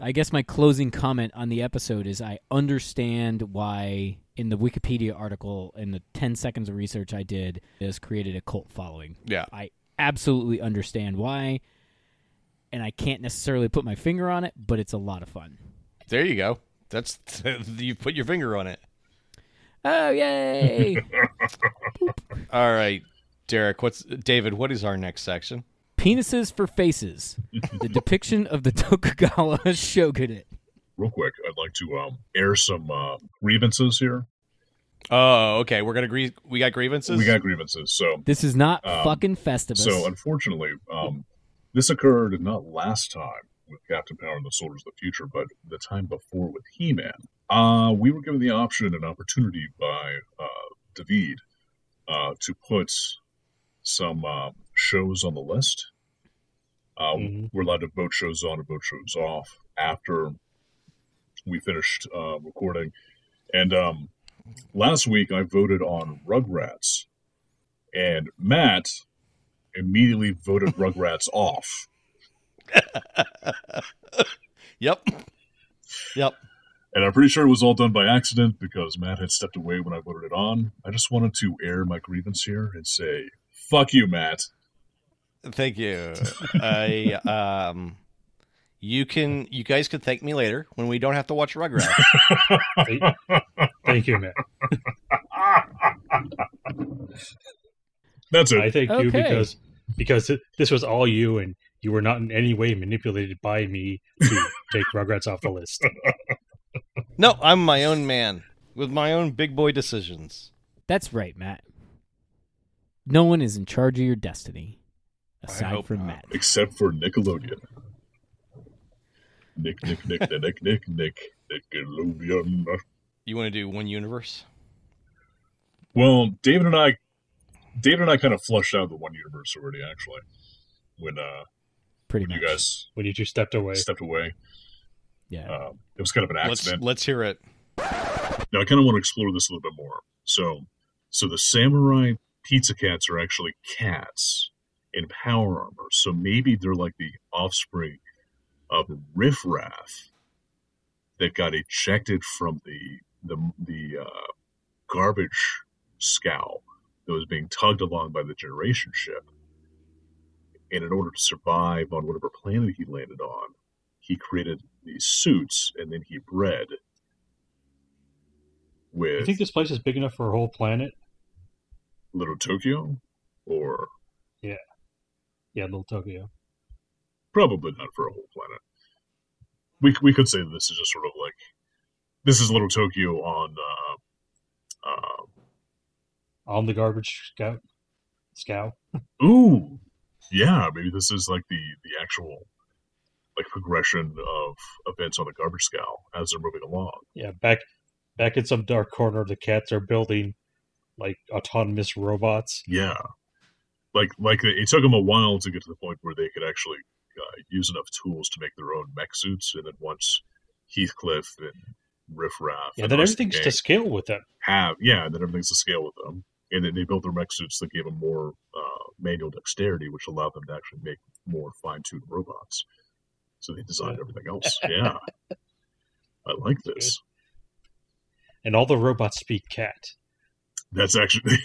Speaker 2: I guess my closing comment on the episode is I understand why in the Wikipedia article in the ten seconds of research I did has created a cult following.
Speaker 3: Yeah.
Speaker 2: I absolutely understand why, and I can't necessarily put my finger on it, but it's a lot of fun.
Speaker 3: There you go. That's you put your finger on it.
Speaker 2: Oh yay!
Speaker 3: All right, Derek. What's David? What is our next section?
Speaker 2: Penises for faces. The depiction of the Tokugawa shogunate.
Speaker 1: Real quick, I'd like to um, air some uh, grievances here.
Speaker 3: Oh, okay. We're gonna grie- we got grievances.
Speaker 1: We got grievances. So,
Speaker 2: This is not
Speaker 1: Um,
Speaker 2: fucking Festivus.
Speaker 1: so unfortunately, um, this occurred not last time with Captain Power and the Soldiers of the Future, but the time before with He Man. Uh, we were given the option and opportunity by uh, David uh, to put some um, shows on the list. Um,
Speaker 4: Mhm.
Speaker 1: We're allowed to have boat shows on and boat shows off after we finished uh, recording. And um, last week I voted on Rugrats, and Matt immediately voted Rugrats off.
Speaker 3: Yep. Yep.
Speaker 1: And I'm pretty sure it was all done by accident because Matt had stepped away when I voted it on. I just wanted to air my grievance here and say, fuck you, Matt.
Speaker 3: Thank you. I um you can you guys can thank me later when we don't have to watch Rugrats.
Speaker 4: Thank you, Matt.
Speaker 1: That's
Speaker 4: I
Speaker 1: it.
Speaker 4: thank you
Speaker 2: Okay.
Speaker 4: because because it, this was all you, and you were not in any way manipulated by me to take Rugrats off the list.
Speaker 3: no, I'm my own man with my own big boy decisions.
Speaker 2: That's right, Matt. No one is in charge of your destiny aside
Speaker 3: hope
Speaker 2: from
Speaker 3: not.
Speaker 2: Matt.
Speaker 1: Except for Nickelodeon. Nick, Nick, Nick, Nick, Nick, Nick, Nick, Nickelodeon.
Speaker 3: You want to do one universe?
Speaker 1: Well, David and I, David and I kind of flushed out the one universe already, actually, when uh,
Speaker 2: Pretty
Speaker 1: when
Speaker 2: much.
Speaker 1: you guys
Speaker 4: When you two stepped away,
Speaker 1: stepped away.
Speaker 2: yeah.
Speaker 1: Um, it was kind of an
Speaker 3: Let's
Speaker 1: accident.
Speaker 3: let's hear it.
Speaker 1: Now I kind of want to explore this a little bit more. So, so the samurai pizza cats are actually cats in power armor. So maybe they're like the offspring of riffraff that got ejected from the the the uh, garbage scow that was being tugged along by the generation ship. And in order to survive on whatever planet he landed on, he created these suits and then he bred
Speaker 4: you
Speaker 1: with
Speaker 4: think this place is big enough for a whole planet?
Speaker 1: Little Tokyo, or
Speaker 4: Yeah, Little Tokyo.
Speaker 1: probably not for a whole planet. We, we could say this is just sort of like this is Little Tokyo on uh, uh,
Speaker 4: On the garbage scout, scout.
Speaker 1: Ooh, yeah. Maybe this is like the the actual like progression of events on the garbage scow as they're moving along.
Speaker 4: Yeah, back back in some dark corner, the cats are building like autonomous robots.
Speaker 1: Yeah, like like it took them a while to get to the point where they could actually uh, use enough tools to make their own mech suits, and then once Heathcliff and Riff Raff,
Speaker 4: Yeah,
Speaker 1: and
Speaker 4: then
Speaker 1: the rest of the
Speaker 4: everything's
Speaker 1: gang
Speaker 4: to scale with them.
Speaker 1: have yeah, and then everything's to scale with them. And then they built their mech suits that gave them more uh, manual dexterity, which allowed them to actually make more fine-tuned robots. So they designed everything else. Yeah, I like this.
Speaker 4: and all the robots speak cat.
Speaker 1: That's actually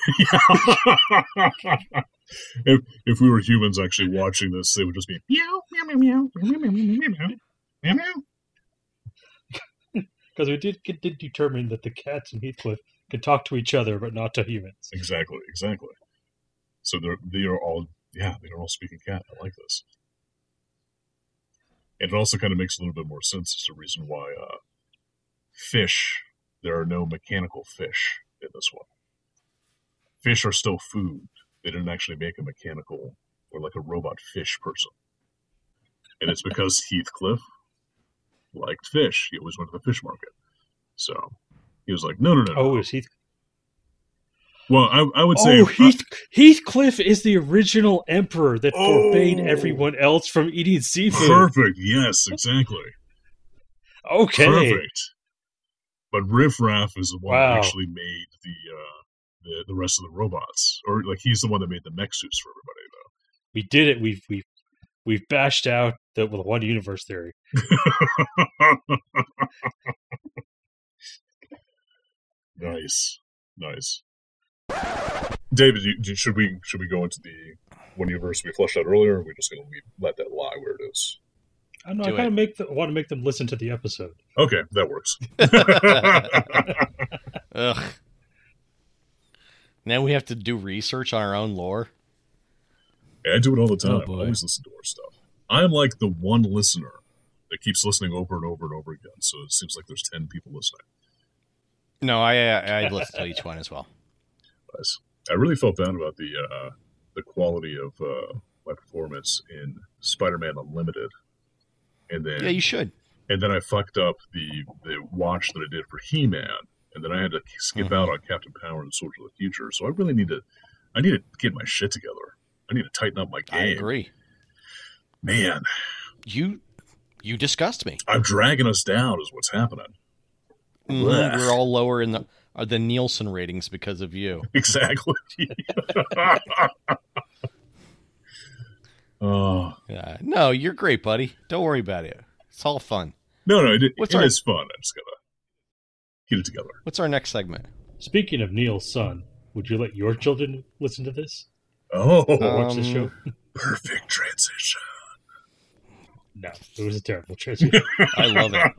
Speaker 1: if if we were humans actually watching this, they would just be meow meow meow meow meow meow meow meow meow meow meow.
Speaker 4: Because we did get, did determine that the cats in Heathcliff could talk to each other, but not to humans.
Speaker 1: Exactly, exactly. So they're they are all yeah, they are all speaking cat. I like this. And it also kind of makes a little bit more sense as to reason why uh, fish there are no mechanical fish in this one. Fish are still food. They didn't actually make a mechanical or like a robot fish person. And it's because Heathcliff liked fish. He always went to the fish market. So he was like, no, no, no. no.
Speaker 4: Oh, is Heath?
Speaker 1: well, I, I would say
Speaker 4: Oh, Heath Heathcliff is the original emperor that forbade
Speaker 1: Oh.
Speaker 4: everyone else from eating seafood.
Speaker 1: Perfect. Yes, exactly.
Speaker 4: Okay,
Speaker 1: Perfect. But Riff Raff is the one
Speaker 4: Wow.
Speaker 1: that actually made the, uh, the the rest of the robots, or like he's the one that made the mech suits for everybody. Though
Speaker 4: we did it. We've we've we've bashed out the well, the one universe theory.
Speaker 1: nice, nice. David, you, you- should we should we go into the one universe we flushed out earlier? Or are we just going to let that lie where it is?
Speaker 4: I don't know.
Speaker 3: Do
Speaker 4: I kind
Speaker 3: it.
Speaker 4: of make the, want to make them listen to the episode.
Speaker 1: Okay, that works.
Speaker 3: Ugh. Now we have to do research on our own lore.
Speaker 1: Yeah, I do it all the
Speaker 2: Oh,
Speaker 1: time. I
Speaker 2: boy.
Speaker 1: always listen to our stuff. I'm like the one listener that keeps listening over and over and over again. So it seems like there's ten people listening.
Speaker 3: No, I I, I listen to each one as well.
Speaker 1: Guys. I really felt bad about the uh, the quality of uh, my performance in Spider-Man Unlimited, and then
Speaker 3: Yeah, you should.
Speaker 1: and then I fucked up the the watch that I did for He-Man, and then I had to skip
Speaker 2: Mm-hmm.
Speaker 1: out on Captain Power and Soldier of the Future. So I really need to I need to get my shit together. I need to tighten up my game.
Speaker 3: I agree.
Speaker 1: Man,
Speaker 5: You you disgust me.
Speaker 1: I'm dragging us down, is what's happening.
Speaker 3: Mm-hmm.
Speaker 1: Blech.
Speaker 5: We're all lower in the are the Nielsen ratings because of you.
Speaker 1: Exactly. oh
Speaker 5: Yeah. No, you're great, buddy. Don't worry about it. It's all fun.
Speaker 1: no, no, it,
Speaker 5: What's
Speaker 1: it
Speaker 5: our-
Speaker 1: is fun. I'm just gonna get it together.
Speaker 5: What's our next segment?
Speaker 4: Speaking of Neil's son, would you let your children listen to this?
Speaker 1: Oh,
Speaker 4: Or
Speaker 5: Um,
Speaker 4: watch this show?
Speaker 1: perfect transition.
Speaker 4: No, it was a terrible transition.
Speaker 5: I love it.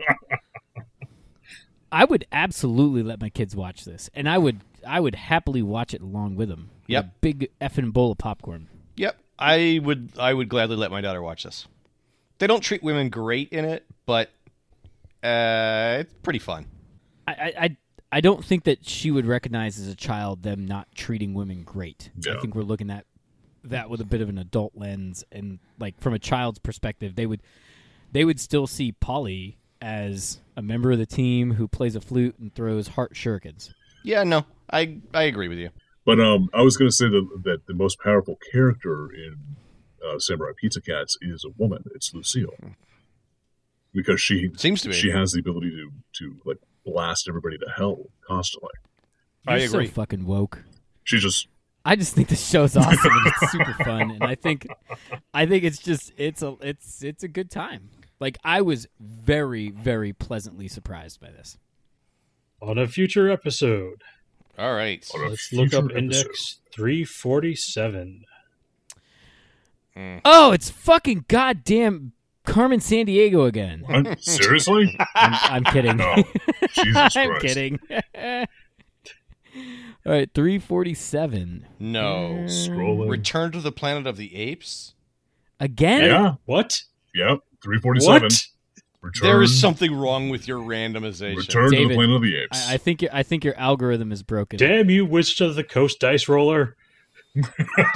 Speaker 2: I would absolutely let my kids watch this, and I would I would happily watch it along with them. With a
Speaker 5: Yep.
Speaker 2: big effing bowl of popcorn.
Speaker 5: Yep. I would I would gladly let my daughter watch this. They don't treat women great in it, but uh it's pretty fun.
Speaker 2: I I. I I don't think that she would recognize as a child them not treating women great. I
Speaker 1: Yeah.
Speaker 2: think we're looking at that with a bit of an adult lens and like from a child's perspective, they would they would still see Polly as a member of the team who plays a flute and throws heart shurikens.
Speaker 5: Yeah, no. I I agree with you.
Speaker 1: But um, I was gonna say that, that the most powerful character in uh, Samurai Pizza Cats is a woman. It's Lucille, because she
Speaker 5: Seems to be.
Speaker 1: she has the ability to to like blast everybody to hell constantly.
Speaker 5: I
Speaker 2: You're so
Speaker 5: agree.
Speaker 2: fucking woke.
Speaker 1: She just
Speaker 2: I just think this show's awesome and it's super fun and I think I think it's just it's a it's it's a good time. Like I was very very pleasantly surprised by this.
Speaker 4: On a future episode,
Speaker 5: All right.
Speaker 1: on a
Speaker 4: let's look up
Speaker 1: future episode.
Speaker 4: index 347.
Speaker 2: Oh, it's fucking goddamn Carmen San Diego again.
Speaker 1: What? Seriously?
Speaker 2: I'm, I'm kidding.
Speaker 1: No. Jesus Christ.
Speaker 2: I'm kidding. All right, 347
Speaker 5: No.
Speaker 1: Scrolling.
Speaker 5: Return to the Planet of the Apes?
Speaker 2: again.
Speaker 1: Yeah.
Speaker 4: What?
Speaker 1: Yep. Three forty seven.
Speaker 4: What?
Speaker 1: Return.
Speaker 5: There is something wrong with your randomization.
Speaker 1: Return to
Speaker 2: David,
Speaker 1: the Planet of the Apes.
Speaker 2: I, I think your I think your algorithm is broken.
Speaker 4: Damn you, Witch of the Coast Dice Roller.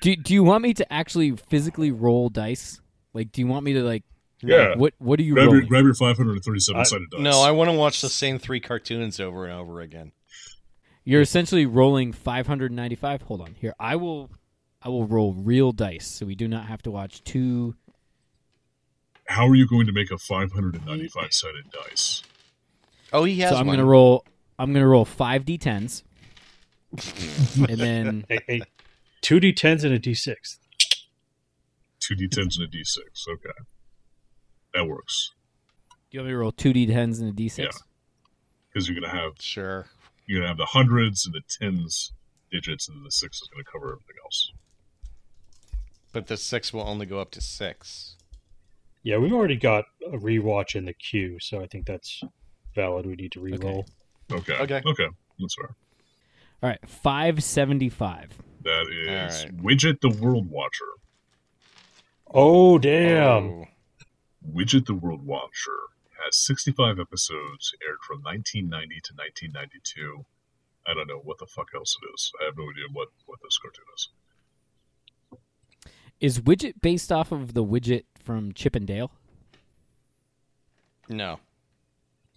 Speaker 2: Do Do you want me to actually physically roll dice? Like, do you want me to like?
Speaker 1: yeah.
Speaker 2: What What are you
Speaker 1: Grab your,
Speaker 2: rolling?
Speaker 1: grab your 537
Speaker 4: I-
Speaker 1: sided dice.
Speaker 5: No, I want to watch the same three cartoons over and over again.
Speaker 2: You're essentially rolling 595. Hold on, here I will. I will roll real dice, so we do not have to watch two.
Speaker 1: How are you going to make a 595 sided dice?
Speaker 5: Oh, he has
Speaker 2: so I'm
Speaker 5: one.
Speaker 2: gonna roll. I'm gonna roll five d10s, and then
Speaker 4: Hey, hey, two D10s and a D6.
Speaker 1: Two D10s and a D6. Okay. That works.
Speaker 2: Do you want me to roll two d10s and a d6?
Speaker 1: Yeah. Because you're gonna have
Speaker 5: Sure.
Speaker 1: you're gonna have the hundreds and the tens digits and then the six is gonna cover everything else.
Speaker 5: But the six will only go up to six.
Speaker 4: Yeah, we've already got a rewatch in the queue, so I think that's valid. We need to re-roll.
Speaker 1: Okay.
Speaker 5: Okay.
Speaker 1: Okay. That's fair.
Speaker 2: All right, 575.
Speaker 1: That is
Speaker 5: All
Speaker 1: Widget the World Watcher.
Speaker 4: Oh, damn.
Speaker 5: Oh.
Speaker 1: Widget the World Watcher has 65 episodes aired from 1990 to 1992. I don't know what the fuck else it is. I have no idea what, what this cartoon is.
Speaker 2: Is Widget based off of the widget from Chip and Dale?
Speaker 5: No.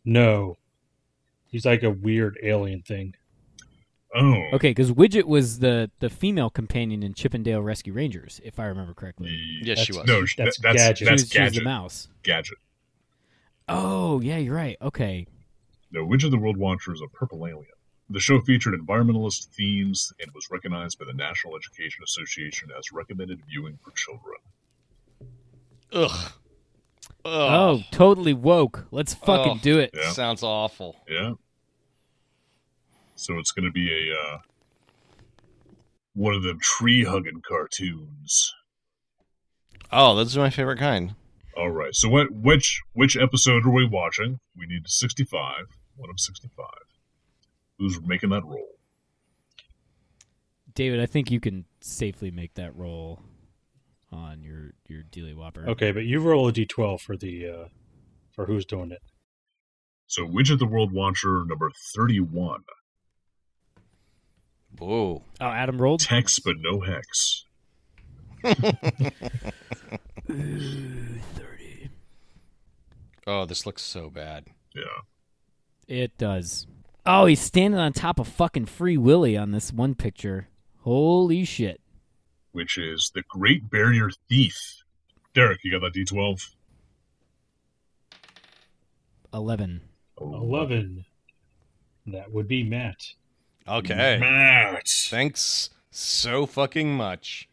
Speaker 4: No. He's like a weird alien thing.
Speaker 1: Oh.
Speaker 2: Okay, because Widget was the, the female companion in Chip and Dale Rescue Rangers, if I remember correctly.
Speaker 5: Yes, she was.
Speaker 1: No, sh-
Speaker 4: that's
Speaker 1: that- that's, Gadget.
Speaker 2: She
Speaker 4: Gadget.
Speaker 1: Mm, That's
Speaker 2: was, she was
Speaker 1: Gadget.
Speaker 2: the mouse.
Speaker 1: Gadget.
Speaker 2: Oh, yeah, you're right. Okay.
Speaker 1: No, Widget the World Watcher is a purple alien. The show featured environmentalist themes and was recognized by the National Education Association as recommended viewing for children.
Speaker 5: Ugh. Ugh.
Speaker 2: Oh, totally woke. Let's fucking
Speaker 5: Oh.
Speaker 2: do it.
Speaker 1: Yeah.
Speaker 5: Sounds awful.
Speaker 1: Yeah. So it's going to be a uh, one of them tree hugging cartoons.
Speaker 5: Oh, those are my favorite kind.
Speaker 1: All right. So what? Which which episode are we watching? We need sixty five. One of sixty five. Who's making that roll?
Speaker 2: David, I think you can safely make that roll on your, your Dealey Whopper.
Speaker 4: Okay, but you roll a d12 for the uh for who's doing it.
Speaker 1: So Widget the World Watcher number thirty one.
Speaker 5: Whoa.
Speaker 2: Oh, Adam rolled?
Speaker 1: Text but no hex.
Speaker 2: 30.
Speaker 5: Oh, this looks so bad.
Speaker 1: Yeah.
Speaker 2: It does. Oh, he's standing on top of fucking Free Willy on this one picture. Holy shit.
Speaker 1: which is the Great Barrier Thief. Derek, you got that D12?
Speaker 2: 11.
Speaker 4: Oh, Eleven. That would be Matt.
Speaker 5: Okay.
Speaker 1: Matt.
Speaker 5: Thanks so fucking much.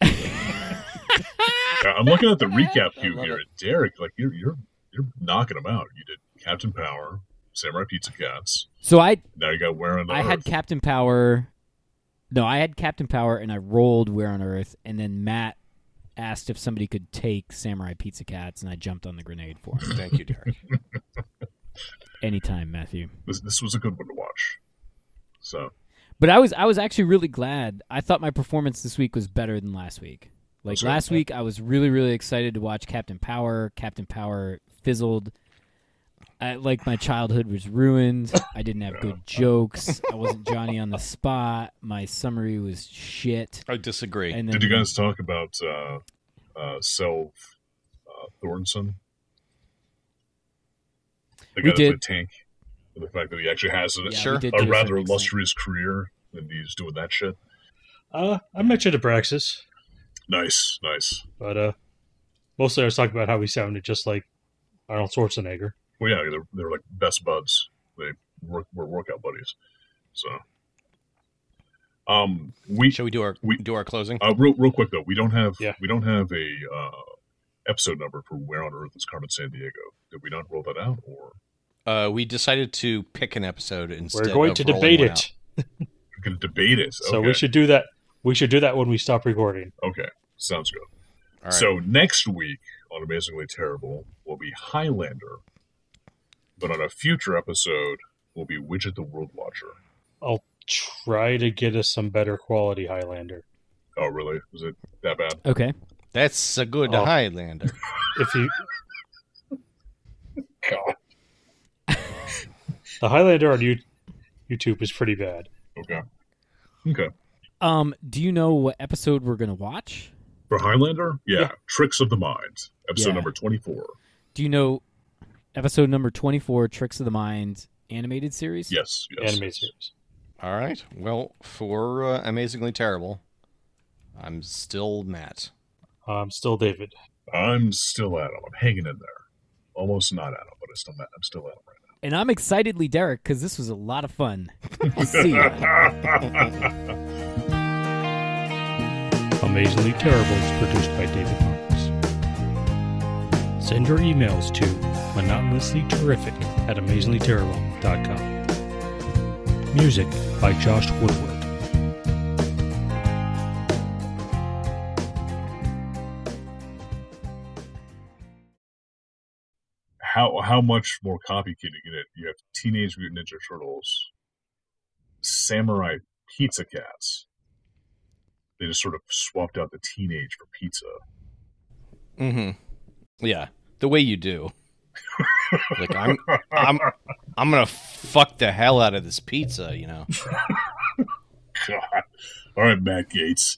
Speaker 1: Yeah, I'm looking at the recap queue
Speaker 5: love
Speaker 1: here. and Derek, like you're you're you're knocking them out. You did Captain Power, Samurai Pizza Cats.
Speaker 2: So I
Speaker 1: Now you got Where on
Speaker 2: I had
Speaker 1: Earth.
Speaker 2: Captain Power. No, I had Captain Power and I rolled Where on Earth, and then Matt asked if somebody could take Samurai Pizza Cats, and I jumped on the grenade for him.
Speaker 5: Thank you, Derek.
Speaker 2: Anytime, Matthew.
Speaker 1: This, this was a good one to watch. So
Speaker 2: But I was I was actually really glad. I thought my performance this week was better than last week. Like
Speaker 1: That's right.
Speaker 2: last week, I was really really excited to watch Captain Power. Captain Power fizzled. I, like my childhood was ruined. I didn't have good jokes. I wasn't Johnny on the spot. My summary was shit.
Speaker 5: I disagree.
Speaker 2: And then
Speaker 1: did you guys talk about uh, uh, Selv uh, Thornson? The
Speaker 2: We
Speaker 1: guy that played
Speaker 2: did.
Speaker 1: Tank. And the fact that he actually has a,
Speaker 2: Yeah, we
Speaker 5: Sure.
Speaker 2: did
Speaker 1: a
Speaker 2: do
Speaker 1: rather
Speaker 2: something.
Speaker 1: illustrious career and he's doing that shit.
Speaker 4: Uh, I mentioned Abraxas,
Speaker 1: Nice, nice.
Speaker 4: but uh, mostly I was talking about how he sounded just like Arnold Schwarzenegger.
Speaker 1: Well, yeah, they're, they're like best buds. They work, were workout buddies. So, um, we
Speaker 5: Shall we do our
Speaker 1: We-
Speaker 5: do our closing?
Speaker 1: uh, real real quick though, we don't have
Speaker 4: Yeah.
Speaker 1: we don't have a uh, episode number for Where on Earth is Carmen San Diego. Did we not roll that out? Or
Speaker 5: Uh, we decided to pick an episode instead.
Speaker 4: We're going
Speaker 5: of
Speaker 4: to
Speaker 5: rolling
Speaker 4: debate
Speaker 5: one
Speaker 4: it,
Speaker 5: out.
Speaker 1: we're going to debate it?
Speaker 4: so we
Speaker 1: Okay.
Speaker 4: should do that. We should do that when we stop recording.
Speaker 1: Okay, sounds good.
Speaker 5: All right.
Speaker 1: So next week on Amazingly Terrible will be Highlander, but on a future episode will be Widget the World Watcher.
Speaker 4: Try to get us some better quality Highlander.
Speaker 1: Oh, really? Was it that bad?
Speaker 2: Okay.
Speaker 5: that's a good
Speaker 4: Oh.
Speaker 5: Highlander.
Speaker 4: If you
Speaker 1: God.
Speaker 4: the Highlander on you, YouTube is pretty bad.
Speaker 1: Okay. Okay.
Speaker 2: Um, do you know what episode we're gonna watch?
Speaker 1: For Highlander, yeah,
Speaker 4: Yeah.
Speaker 1: Tricks of the Mind, episode
Speaker 2: Yeah.
Speaker 1: number twenty-four.
Speaker 2: Do you know episode number twenty four, Tricks of the Mind animated series?
Speaker 1: Yes, yes.
Speaker 4: Animated series.
Speaker 5: All right. Well, for uh, amazingly terrible, I'm still Matt.
Speaker 4: I'm Um, still David.
Speaker 1: I'm still Adam. I'm hanging in there. Almost not Adam, but I still I'm still Adam right
Speaker 2: And I'm excitedly Derek because this was a lot of fun. See ya.
Speaker 4: Amazingly Terrible is produced by David Marks. Send your emails to monotonouslyterrific at amazinglyterrible.com. Music by Josh Woodward.
Speaker 1: how how much more complicated you get it? You have Teenage Mutant Ninja Turtles, Samurai Pizza Cats. They just sort of swapped out the teenage for pizza.
Speaker 5: Mm-hmm. Yeah, the way you do. like I'm, I'm, I'm gonna fuck the hell out of this pizza. You know.
Speaker 1: God. All right, Matt Gates.